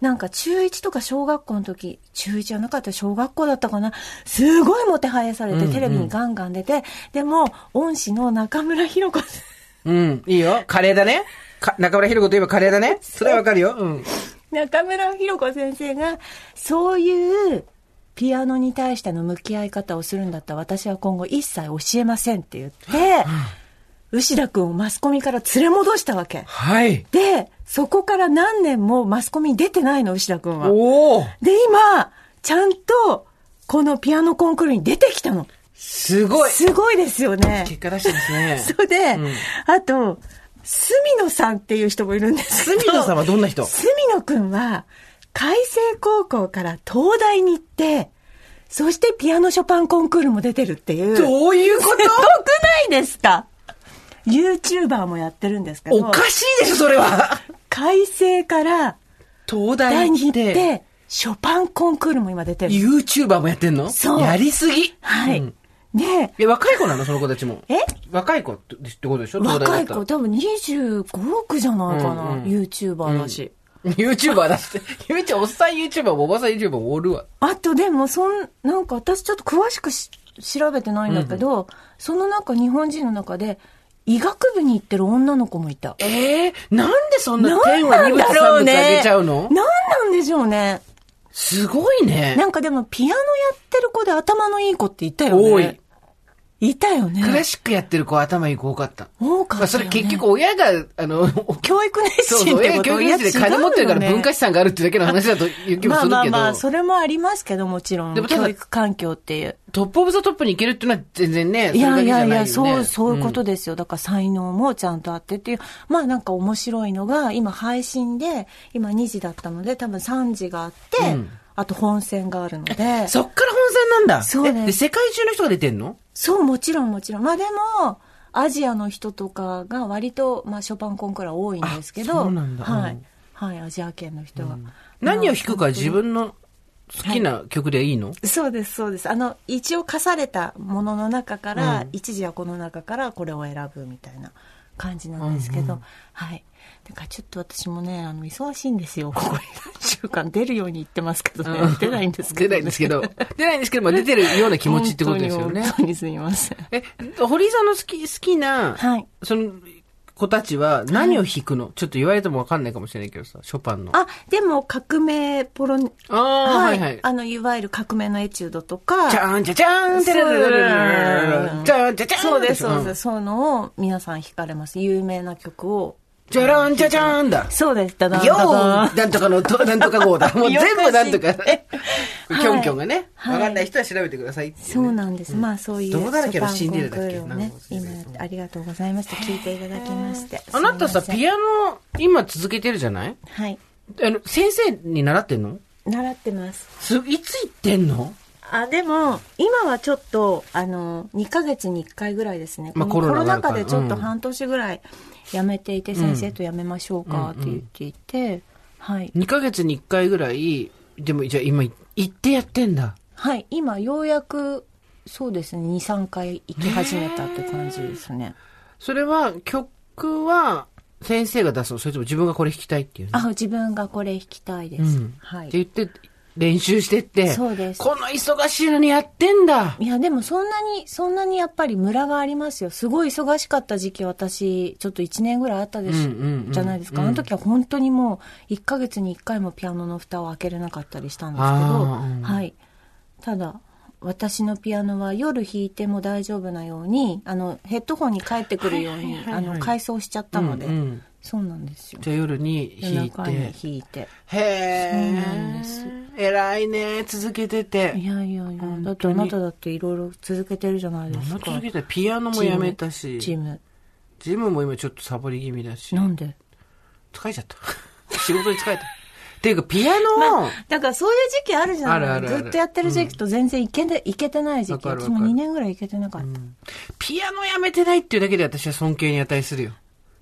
C: なんか中1とか小学校の時、中1じゃなかった小学校だったかな、すごいもてはやされてテレビにガンガン出て、でも、恩師の中村ひろ子さん
B: うん、いいよ。カレーだね。か中村ひろ子といえばカレーだね。それはわかるよ。うん。
C: 中村ひろ子先生がそういうピアノに対しての向き合い方をするんだったら私は今後一切教えませんって言って牛田君をマスコミから連れ戻したわけ
B: はい。
C: でそこから何年もマスコミに出てないの牛田君は
B: おお
C: で今ちゃんとこのピアノコンクールに出てきたの
B: すごい
C: すごいですよね
B: 結果出してますね。
C: それで、
B: うん
C: あと住野さんっていう人もいるんですけど
B: 角田さんはどんな 人
C: 住野くんは、海星高校から東大に行って、そしてピアノショパンコンクールも出てるっていう。す
B: どういうこ
C: ごくないですか ?YouTuber もやってるんですけ
B: と
C: ど、
B: おかしいでしょ、それは。
C: 海星から
B: 東
C: 大
B: 大
C: に行
B: に行
C: っ
B: って、
C: て、ショパンコンクールも今出てる。
B: YouTuber もやってんの
C: そう
B: やりすぎ。
C: はい。
B: うん
C: で、
B: え、若い子なのその子たちも。
C: え
B: 若い子ってってことでしょ東大
C: 若
B: だ
C: い
B: った
C: 子、多分25、6じゃないかな、
B: うんうん
C: YouTuber だし。
B: YouTuber だって。YouTube、おっさん YouTuber もおばさん YouTuber もおるわ。
C: あとでもそんなんか私ちょっと詳しくし調べてないんだけど、その中日本人の中で医学部に行ってる女の子もいた。
B: ええなんでそんな
C: な
B: 天
C: ん
B: を二
C: なん
B: 物
C: だ
B: 三
C: ろ
B: 物
C: う
B: 上
C: ね。
B: げちゃうの
C: なんなんでしょうね。
B: すごいね。
C: なんかでもピアノやってる子で頭のいい子っていたよね。
B: 多い。
C: いたよ
B: クラ
C: ね。
B: シックやってる子は頭いい子多かった。
C: 多かったよね
B: まあ、それ結局親が、あの、
C: 教育熱
B: そう
C: 心
B: そ
C: っ
B: う、
C: て
B: 親
C: こ
B: が
C: と
B: 教育熱心で金持ってるから文化資産があるってだけの話だという気も
C: ますあ
B: る
C: まあ
B: けど、
C: まあ、それもありますけど、もちろん。
B: でもただ
C: 教育環境っていう。
B: トップオブザトップに行けるっていうのは全然ね、
C: いやいやいや、そう、
B: それだけじゃないよね
C: そういうことですよ。だから才能もちゃんとあってっていう。まあなんか面白いのが、今配信で、今2時だったので、多分3時があって、
B: うん
C: あと本戦があるので。
B: そっから本戦なんだ。
C: そうです
B: えで、世界中の人が出てんの
C: そう、もちろんもちろん。まあでも、アジアの人とかが割と、まあショパンコンクールは多いんですけど、
B: あそうなんだ
C: はい
B: うん。
C: はい、アジア圏の人が。
B: 何を弾くか
C: まあ
B: 自分の好きな曲でいいの、
C: そうです、そうです。あの、一応課されたものの中から、
B: うん
C: 一時はこの中からこれを選ぶみたいな感じなんですけど、はい。だからちょっと私もね、あの、忙しいんですよ。ここに何週間出るように言ってますけどね
B: うん。
C: 出ないんですけ
B: 出
C: ど、
B: ないんです けど。出ないんですけど、まあ出てるような気持ちってことですよ
C: 本当
B: ね
C: に。本当にすみません。
B: え、堀井さんの好き、好きな、
C: はい
B: その子たちは何を弾くの、ちょっと言われてもわかんないかもしれないけどさ、ショパンの。あ
C: あ、でも革命ポロ、
B: あー、はい、はい、
C: あの、いわゆる革命のエチュードとか、
B: じゃんじゃじゃんてれれれれれじゃんじゃじゃん
C: そうです、そうです。
B: す。
C: そういうのを皆さん弾かれます。有名な曲を。
B: じゃらんじゃじゃんだ。
C: そうです。ダダン
B: よ
C: ダダン
B: ーなんとかのと、なんと か号だ。もう全部なんとか。
C: よく知って
B: キョンキョンがね、
C: はい
B: わかんない人は調べてくださいっていね
C: そうなんです。まあそういう。
B: どうだらけの
C: ショパン
B: CD だっけ
C: コンクールを
B: なん
C: ね
B: か忘れて
C: 今
B: る
C: ありがとうございました。聞いていただきまして。
B: あなたさ、
C: すいません
B: ピアノ、今続けてるじゃない
C: はい。
B: あの、先生に習ってんの
C: 習ってます。
B: す、いつ行ってんの
C: あ、でも、今はちょっと、あの、2ヶ月に1回ぐらいですね。
B: まあ
C: この
B: コロナがあるか
C: 禍
B: ら
C: でちょっと
B: うん
C: 半年ぐらいやめていて、先生とやめましょうかって言っていて、はい。
B: ?2 ヶ月に1回ぐらい、でも、じゃあ今、行ってやってんだ。
C: はい、今ようやく、そうですね、2、3回行き始めたって感じですね。
B: それは、曲は、先生が出すのそれとも自分がこれ弾きたいっていうの
C: あ、自分がこれ弾きたいです。
B: うん。
C: は
B: っ
C: い。
B: て言って、練習してって。
C: そうです
B: この忙しいのにやってんだ。
C: いや、でもそんなに、そんなにやっぱりムラがありますよ。すごい忙しかった時期、私、ちょっと1年ぐらいあったでし、
B: うんうんうん
C: じゃないですか。
B: うん
C: あの時は本当にもう、1ヶ月に1回もピアノの蓋を開けれなかったりしたんですけ
B: あーうん
C: ど、はい。ただ、私のピアノは夜弾いても大丈夫なように、あの、ヘッドホンに帰ってくるように、
B: はいはいは
C: あ
B: いはい
C: の、改装しちゃったので
B: うんうん、
C: そうなんですよ。
B: じゃあ夜に
C: 夜
B: 弾い
C: 中に
B: て。
C: 弾いて。
B: へえ。
C: そうなんです
B: 偉いね。続けて
C: い
B: て。
C: やいやいや、だっ
B: 当
C: て
B: に
C: あなただっていろいろ続けてるじゃないで
B: あん
C: す
B: な
C: か。
B: 続けてピアノもやめたし、
C: チーム。
B: ジムも今ちょっとサボり気味だし、
C: なんで
B: 疲れちゃった。 仕事に疲れた。っていうか、ピアノを、
C: だからそういう時期あるじゃない
B: あるあるある
C: ずっとやってる時期と全然いけて、いけてない時
B: わ
C: 期。
B: かるわ
C: 私
B: かる
C: も2年ぐらいいけてなかった。
B: ピアノやめてないっていうだけで私は尊敬に値するよ。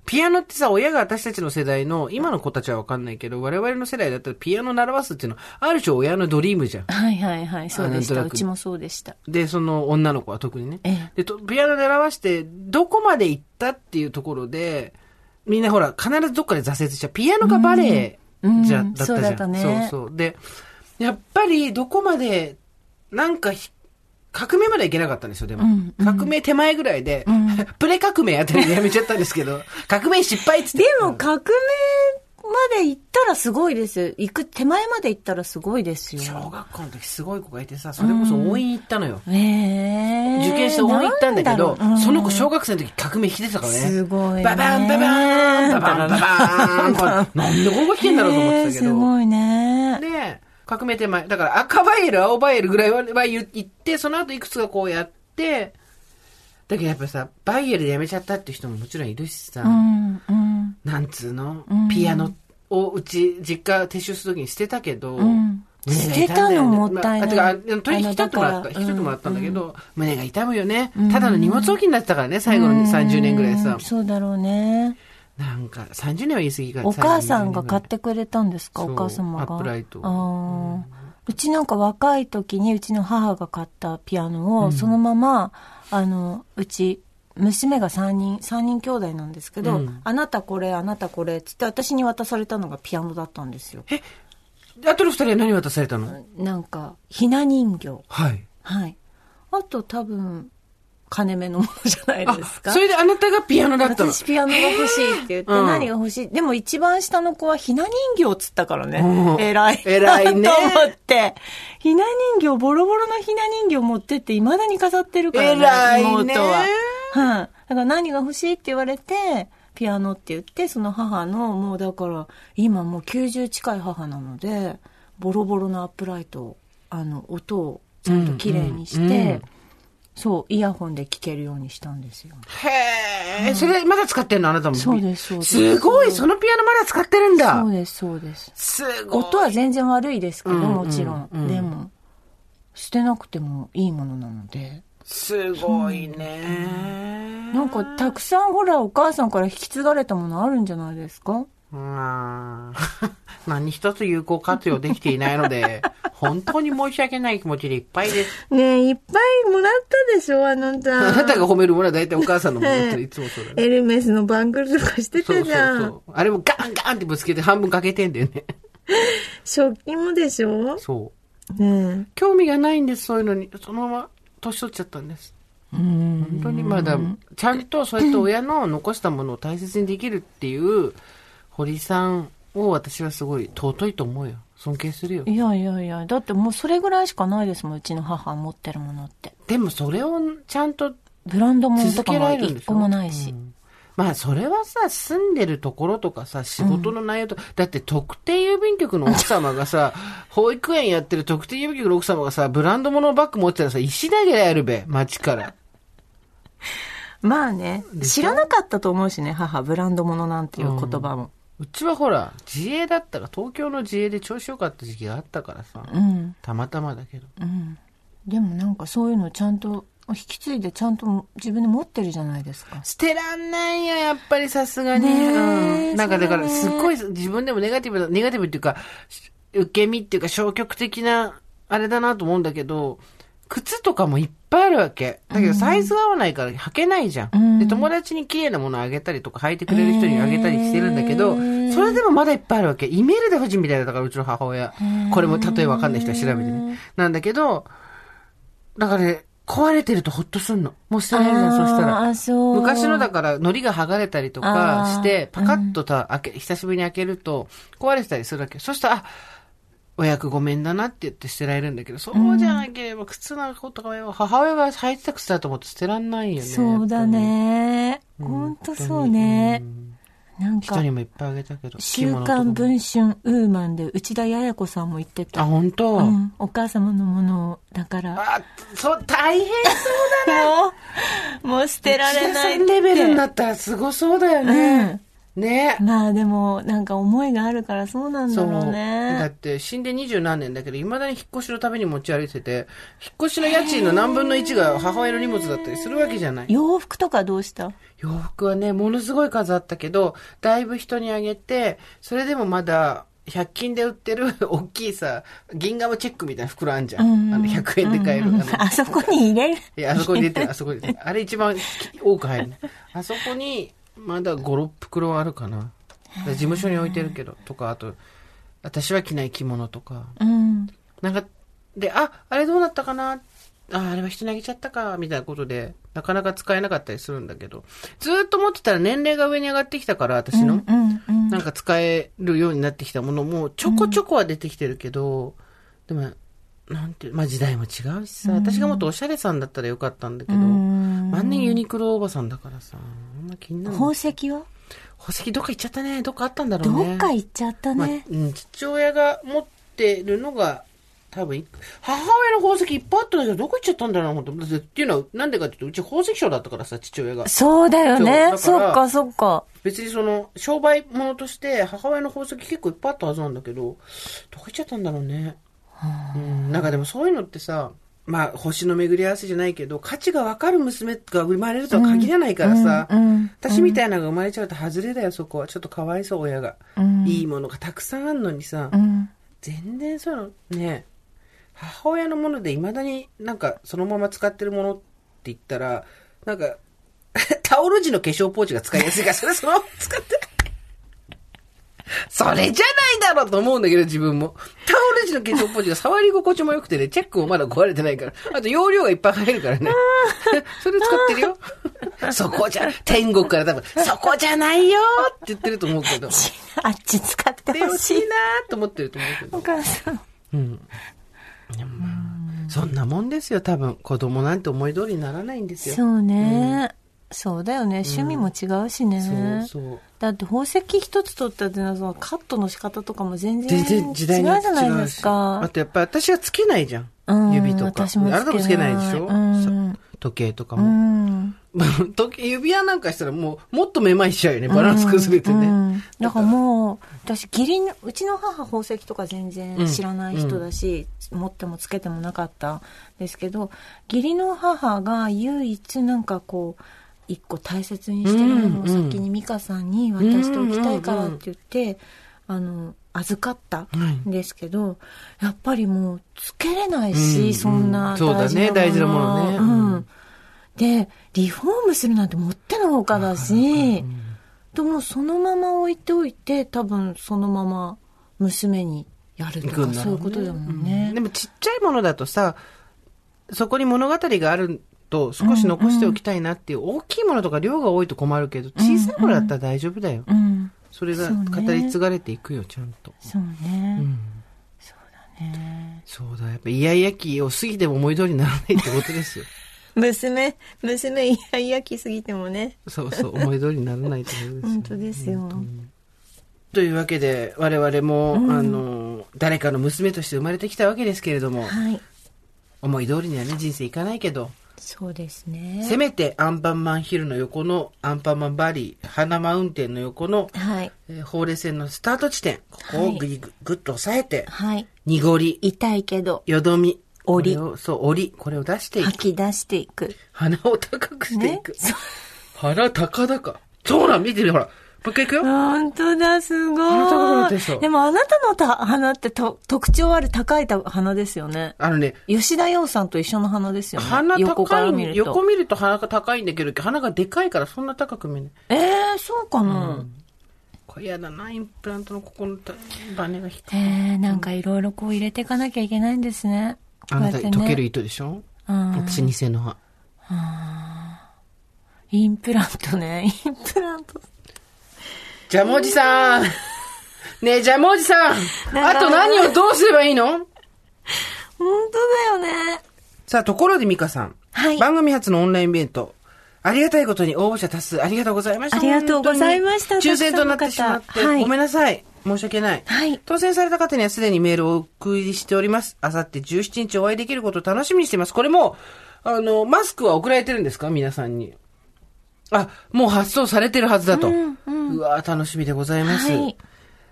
B: ピアノってさ、親が私たちの世代の、今の子たちはわかんないけど、我々の世代だったらピアノ習わすっていうのは、ある種親のドリームじゃん。
C: はいはいはい、そうでした。
B: あなんとな
C: う
B: く
C: ちもそうでした。
B: で、その女の子は特にね。
C: ええ
B: でと、ピアノ習わして、どこまで行ったっていうところで、みんなほら、必ずどっかで挫折しちゃう。ピアノかバレエじゃ、
C: うん
B: だったじ
C: そ
B: ゃん。
C: うだったね
B: そうそう。で、やっぱりどこまで、なんかひ、革命まではいけなかったんですよ、でも。
C: うんうん
B: 革命手前ぐらいで、 プレ革命あたりでやめちゃったんですけど、革命失敗っつって。
C: でも革命まで行ったらすごいですよ。行く手前まで行ったらすごいですよ。
B: 小学校の時すごい子がいてさ、それこそ応援行ったのよ。
C: ええ
B: 受験して応援行ったんだけど、その子
C: 小
B: 小学生の時革命弾いてたからね。
C: すごいね
B: ババンババンババンババンバンなんでここ弾けんだろうと思ってたけ
C: す
B: ど。
C: ごいね。
B: で、革命手前。だから赤バイエル、青バイエルぐらいはは言行って、その後いくつかこうやって、だけどやっぱさ、バイエルでやめちゃったって人ももちろんいるしさ、
C: うん、うん、
B: なんつうの
C: うん、
B: ピアノをうち実家撤収する時に捨てたけど、
C: うん。
B: 胸
C: 捨
B: が
C: て
B: 痛ん
C: た
B: だよ
C: の
B: ね
C: もったいない。
B: まああてかあ取り引き取ってもら
C: あ
B: っ
C: の
B: た、
C: だから
B: 引き取ってもらったんだけど、胸が痛むよね
C: ん。
B: ただの荷物置きになってたからね、最後の
C: うん
B: 30年ぐらいさ。
C: そうだろうね。
B: なんか、30年は言い過ぎか
C: お母さんが買ってくれたんですか
B: そう
C: お母様が。
B: アップライト
C: あーうちなんか若い時にうちの母が買ったピアノを、そのまま、あの、うち、娘が3人、三人兄弟なんですけど、
B: うん
C: あなたこれ、あなたこれ、つって私に渡されたのがピアノだったんですよ。
B: あとの二人は何渡されたの
C: なんか、ひな人形。
B: はい。
C: はい。あと多分、金目のものじゃないですか。
B: それであなたがピアノだったの。
C: 私ピアノが欲しいって言って、
B: えーうん
C: 何が欲しい、でも一番下の子はひな人形っつったからね。
B: うん
C: 偉い。
B: 偉い ね
C: と思って。ひな人形、ボロボロのひな人形持ってって未だに飾ってるからね。
B: 偉いね
C: 妹は。はい、だから何が欲しいって言われて、ピアノって言って、その母の、もうだから、今もう90近い母なので、ボロボロのアップライトを、あの、音をちゃんと綺麗にして、
B: うんうんうん
C: そう、イヤホンで聴けるようにしたんですよ。
B: へえ、それまだ使ってんのあなたも。
C: そうですそうです
B: すごい、そのピアノまだ使ってるんだ
C: そう。です、そうです。
B: すごい。
C: 音は全然悪いですけど、
B: うんうん
C: もちろん。
B: うん
C: でも、捨てなくてもいいものなので。
B: すごいね。
C: なんか、たくさんほら、お母さんから引き継がれたものあるんじゃないですか
B: うーん 何一つ有効活用できていない ので、本当に申し訳ない気持ちでいっぱいです。
C: ねえ、いっぱいもらったでしょ、あな
B: あ
C: た
B: なたが褒めるものは大体お母さんのものっていつもそう だね。
C: エルメスのバングルとかして
B: そうそうそう。あれもガンガンってぶつけて半分かけてんだよね。
C: 食器もでしょ
B: そう。
C: ね
B: 興味がないんです、そういうのに。そのまま年取っちゃったんです。
C: え。うん。
B: 本当にまだ、ちゃんとそうやって親の残したものを大切にできるっていう、堀さんを私はすごい尊いと思うよ。尊敬するよ。
C: いやいやいや、だってもうそれぐらいしかないですもん、うちの母持ってるものって。
B: でもそれをちゃんと
C: ブランドものと
B: 続
C: か
B: けら
C: も
B: れるん
C: 一
B: でしょ
C: 個もないし
B: う。んまあそれはさ住んでるところとかさ仕事の内容と、だって特定郵便局の奥様 がさ保育園やってる特定郵便局の奥様がさブランド物のバッグ持ってたらさ石投げられるべ街から
C: まあね、知らなかったと思うしね、母、ブランドものなんていう言葉も。
B: うちはほら自営だったら東京の自営で調子よかった時期があったからさ、
C: うん、
B: たまたまだけど
C: うん。でもなんかそういうのちゃんと、引き継いでちゃんと自分で持ってるじゃないですか。
B: 捨てらんないよ、やっぱりさすがに。
C: ねえ
B: うん。なんかだから、
C: そ
B: すっ
C: うね
B: ごい自分でもネガティブだ、ネガティブっていうか、し受け身っていうか消極的な、あれだなと思うんだけど、靴とかもいっぱいあるわけ。だけどサイズが合わないから履けないじゃん。
C: ん
B: で、友達に綺麗なものあげたりとか、履いてくれる人にあげたりしてるんだけど、それでもまだいっぱいあるわけ。イメールで夫人みたいな、だからうちの母親。これも例えわかんない人は調べてね。なんだけど、だからね、壊れてるとほっとすんの。もう捨てられるじゃん、そしたら。
C: あーそう
B: 昔のだから、糊が剥がれたりとかし
C: あ
B: て
C: ー、
B: パカッとた、開け、久しぶりに開けると、壊れてたりするわけ。そしたら、あ、お役ごめんだなって言って捨てられるんだけど、そうじゃなければ、靴なんかことかよ、母親が履いてた靴だと思って捨てらんないよね。
C: そうだね。
B: やっぱり。
C: ほんとそうね
B: う。ん
C: なん
B: 人
C: か
B: に、もいっぱいあげたけど。着
C: 週
B: 物とかも
C: 刊文春ウーマンで内田彩子さんも言って
B: あ、
C: た。
B: 本当。
C: うん、お母様のものを、だから。
B: あ、そう、大変
C: もう、もう捨てられないって。
B: 岸田さんレベルになったらすごそうだよね。ね。
C: まあでも、なんか思いがあるからそうなんだ
B: そう。
C: ろう
B: だっ
C: ね。
B: て死んで二十何年だけど、未だに引っ越しのために持ち歩いてて、引っ越しの家賃の何分の1が母親の荷物だったりするわけじゃない。
C: 洋服とかどうした
B: 洋服はね、ものすごい数あったけど、だいぶ人にあげて、それでもまだ、100均で売ってる 大きいさ、銀河ムチェックみたいな袋あんじゃん。あの100円で買える。あの
C: あそこに入 れる。
B: いや、あそこに出てる、あそこに出てる。あれ一番多く入るね。あそこに、まだ5、6袋あるかな。だから事務所に置いてるけど、とか、あと、私は着ない着物とか。
C: うん。
B: なんか、で、あ、あれどうなったかなあ、あれは人にあげちゃったか、みたいなことで、なかなか使えなかったりするんだけど、ずーっと持ってたら年齢が上に上がってきたから、私の。
C: うん。うん。
B: なんか使えるようになってきたものも、ちょこちょこは出てきてるけど、でも、なんていう、まあ時代も違うしさ、私がもっとおしゃれさんだったらよかったんだけど、
C: うん
B: 万年ユニクロおばさんだからさ、あんま気にならな
C: 宝
B: い。
C: 石は
B: 宝石どっか行っちゃったね。どっかあったんだろうね。
C: どっか行っちゃった
B: まあ
C: ね。
B: うん、父親が持ってるのが、多分、母親の宝石いっぱいあったんだけど、どこ行っちゃったんだろうなと思って。っていうのは、なんでかっていうと、うち宝石商だったからさ、父親が。
C: そうだよね。
B: そう
C: そっ
B: だ
C: か
B: か
C: そっか。
B: 別にその、商売物として、母親の宝石結構いっぱいあったはずなんだけど、どこ行っちゃったんだろうね。うん、なんかでもそういうのってさ、まあ、星の巡り合わせじゃないけど、価値がわかる娘が生まれるとは限らないからさ、
C: うんうんうん
B: 私みたいなのが生まれちゃうと外れだよ、そこは。ちょっとかわいそう、親が。
C: うん
B: いいものがたくさんあるのにさ、
C: うん。
B: 全然そういうの、ね、母親のもので未だになんかそのまま使ってるものって言ったら、なんか、 タオル地の化粧ポーチが使いやすいから、それそのまま使って。それじゃないだろうと思うんだけど、自分も。タオルたちのケチョッポジが触り心地も良くてね、チェックもまだ壊れてないから。あと容量がいっぱい入るからね。それ使ってるよ。そこじゃ、天国から多分、そこじゃないよって言ってると思うけど。で、
C: あっち使ってほ
B: 欲し
C: し
B: い
C: い
B: な。ーと思ってると思うけ
C: お
B: ど。
C: 母さん。
B: そんなもんですよ、多分。子供なんて思い通りにならないんですよ。
C: そうね。そうだよね。趣味も違うしね。
B: そうそう。
C: だって宝石一つ取ったっていうのはそのカットの仕方とかも全然
B: 全
C: 違
B: 然
C: う
B: 時
C: じゃ
B: 代によって違うし
C: ないです
B: あ
C: か。
B: とやっぱ私はつけないじゃ
C: うん
B: ん。指とか。
C: 私もつけない
B: あなたもつけないでしょ、
C: うん
B: さ時計とか
C: う
B: も。
C: ん。
B: 時計指輪なんかしたらもう、もっとめまいしちゃうよね。バランス崩れてね。
C: うんだからもう、私、義理の、うちの母宝石とか全然知らない人だし、持ってもつけてもなかったんですけど、義理の母が唯一なんかこう、一個大切にしてるのを
B: うんうん
C: 先に美香さんに渡しておきたいからって言って、あの、預かったんですけど、やっぱりもう、つけれないし、
B: うんうん
C: そんな
B: そうだね
C: 大事なもの。
B: 大事なものねうん
C: うんで、リフォームするなんてもってのほかだし、ともうそのまま置いておいて、多分そのまま娘にやると
B: 行く
C: か、
B: んだ
C: そうい
B: ろ
C: う
B: ね
C: うことだもん
B: う
C: ね
B: んで。もちっちゃいものだとさ、そこに物語があると少し残しておきたいなっていう、大きいものとか量が多いと困るけど、小さいものだったら大丈夫だよ。
C: うん、
B: それが
C: そうね
B: 語り継がれていくよ、ちゃんと。
C: そう
B: う
C: ね。
B: ん
C: ね
B: そうだ、やっぱイヤイヤ期を過ぎても思い通りにならないってことで すよ。
C: 娘、娘、いやいやきすぎてもね。
B: そうそう、思い通りにならないってことですよ。
C: 本当ですよ。
B: というわけで、我々も、あの、誰かの娘として生まれてきたわけですけれども、
C: はい。
B: 思い通りにはね、人生いかないけど、
C: そうですね。
B: せめてアンパンマンヒルの横のアンパンマンバリー、花マウンテンの横の、
C: はい。
B: えー、ほうれい線のスタート地点、ここをぐりぐぐっと押さえて、
C: はい。
B: 濁り、
C: 痛いけど、
B: よどみ、
C: 折り
B: これをそう、折り、これを出していく
C: 吐。き出していく。
B: 鼻を高くしていく。
C: ねそう
B: 鼻高々。そうなん、見てみほら。もう一回いくよ。
C: 本当だ、すご
B: あなたのこと
C: い。
B: でしょ
C: でもあなたのた花ってと特徴ある高いた花ですよね。
B: あのね、
C: 吉田洋さんと一緒の花ですよね。
B: 鼻
C: 横か
B: 高
C: ら
B: い
C: 見
B: ん
C: る
B: 横
C: と。
B: 見ると鼻が高いんだけど、鼻がでかいからそんな高く見えない。
C: ええー、そうかな。
B: これやだな、インプラントのここのたバネが低い。
C: ええー、なんかいろいろこう入れていかなきゃいけないんですね。
B: あな
C: こ
B: た
C: うやって
B: 溶
C: ね
B: ける糸でしょ
C: うん。
B: 私偽の歯。
C: インプラントね。インプラント。
B: ジャムおじ さんねえ、ジャムおじさん
C: なん
B: あ
C: か
B: と何をどうすればいいの
C: 本当だよね。
B: さあ、ところでミカさん。
C: はい
B: 番組初のオンラインイベント。ありがたいことに応募者多数ありがとうございました。
C: ありがとうございました
B: 本当に抽選となってしまった
C: く
B: て、
C: さんの方はい
B: ごめんなさい。申し訳ない。
C: はい
B: 当選された方にはすでにメールをお送りしております。あさって17日お会いできることを楽しみにしています。これもう、あの、マスクは送られてるんですか皆さんに。あ、もう発送されてるはずだと。うわー楽しみでございます。
C: はい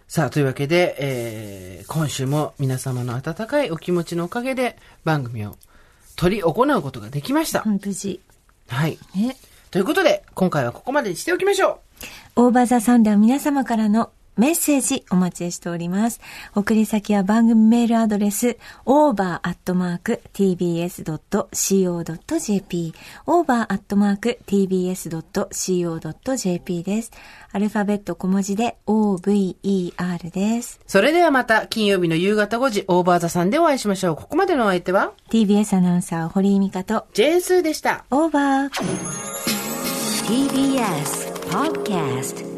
B: さあ、というわけで、えー今週も皆様の温かいお気持ちのおかげで番組を取り行うことができました。
C: うん無事。
B: はい。
C: ね。
B: ということで、今回はここまでにしておきましょう。
C: オーバーザサンダー皆様からのメッセージお待ちしております。送り先は番組メールアドレス over.tbs.co.jp over.tbs.co.jp です。アルファベット小文字で over です。
B: それではまた金曜日の夕方5時、オーバーザさんでお会いしましょう。ここまでのお相手は、
C: TBS アナウンサー堀井美香と
B: j ーでした。
C: オーバー
A: TBS Podcast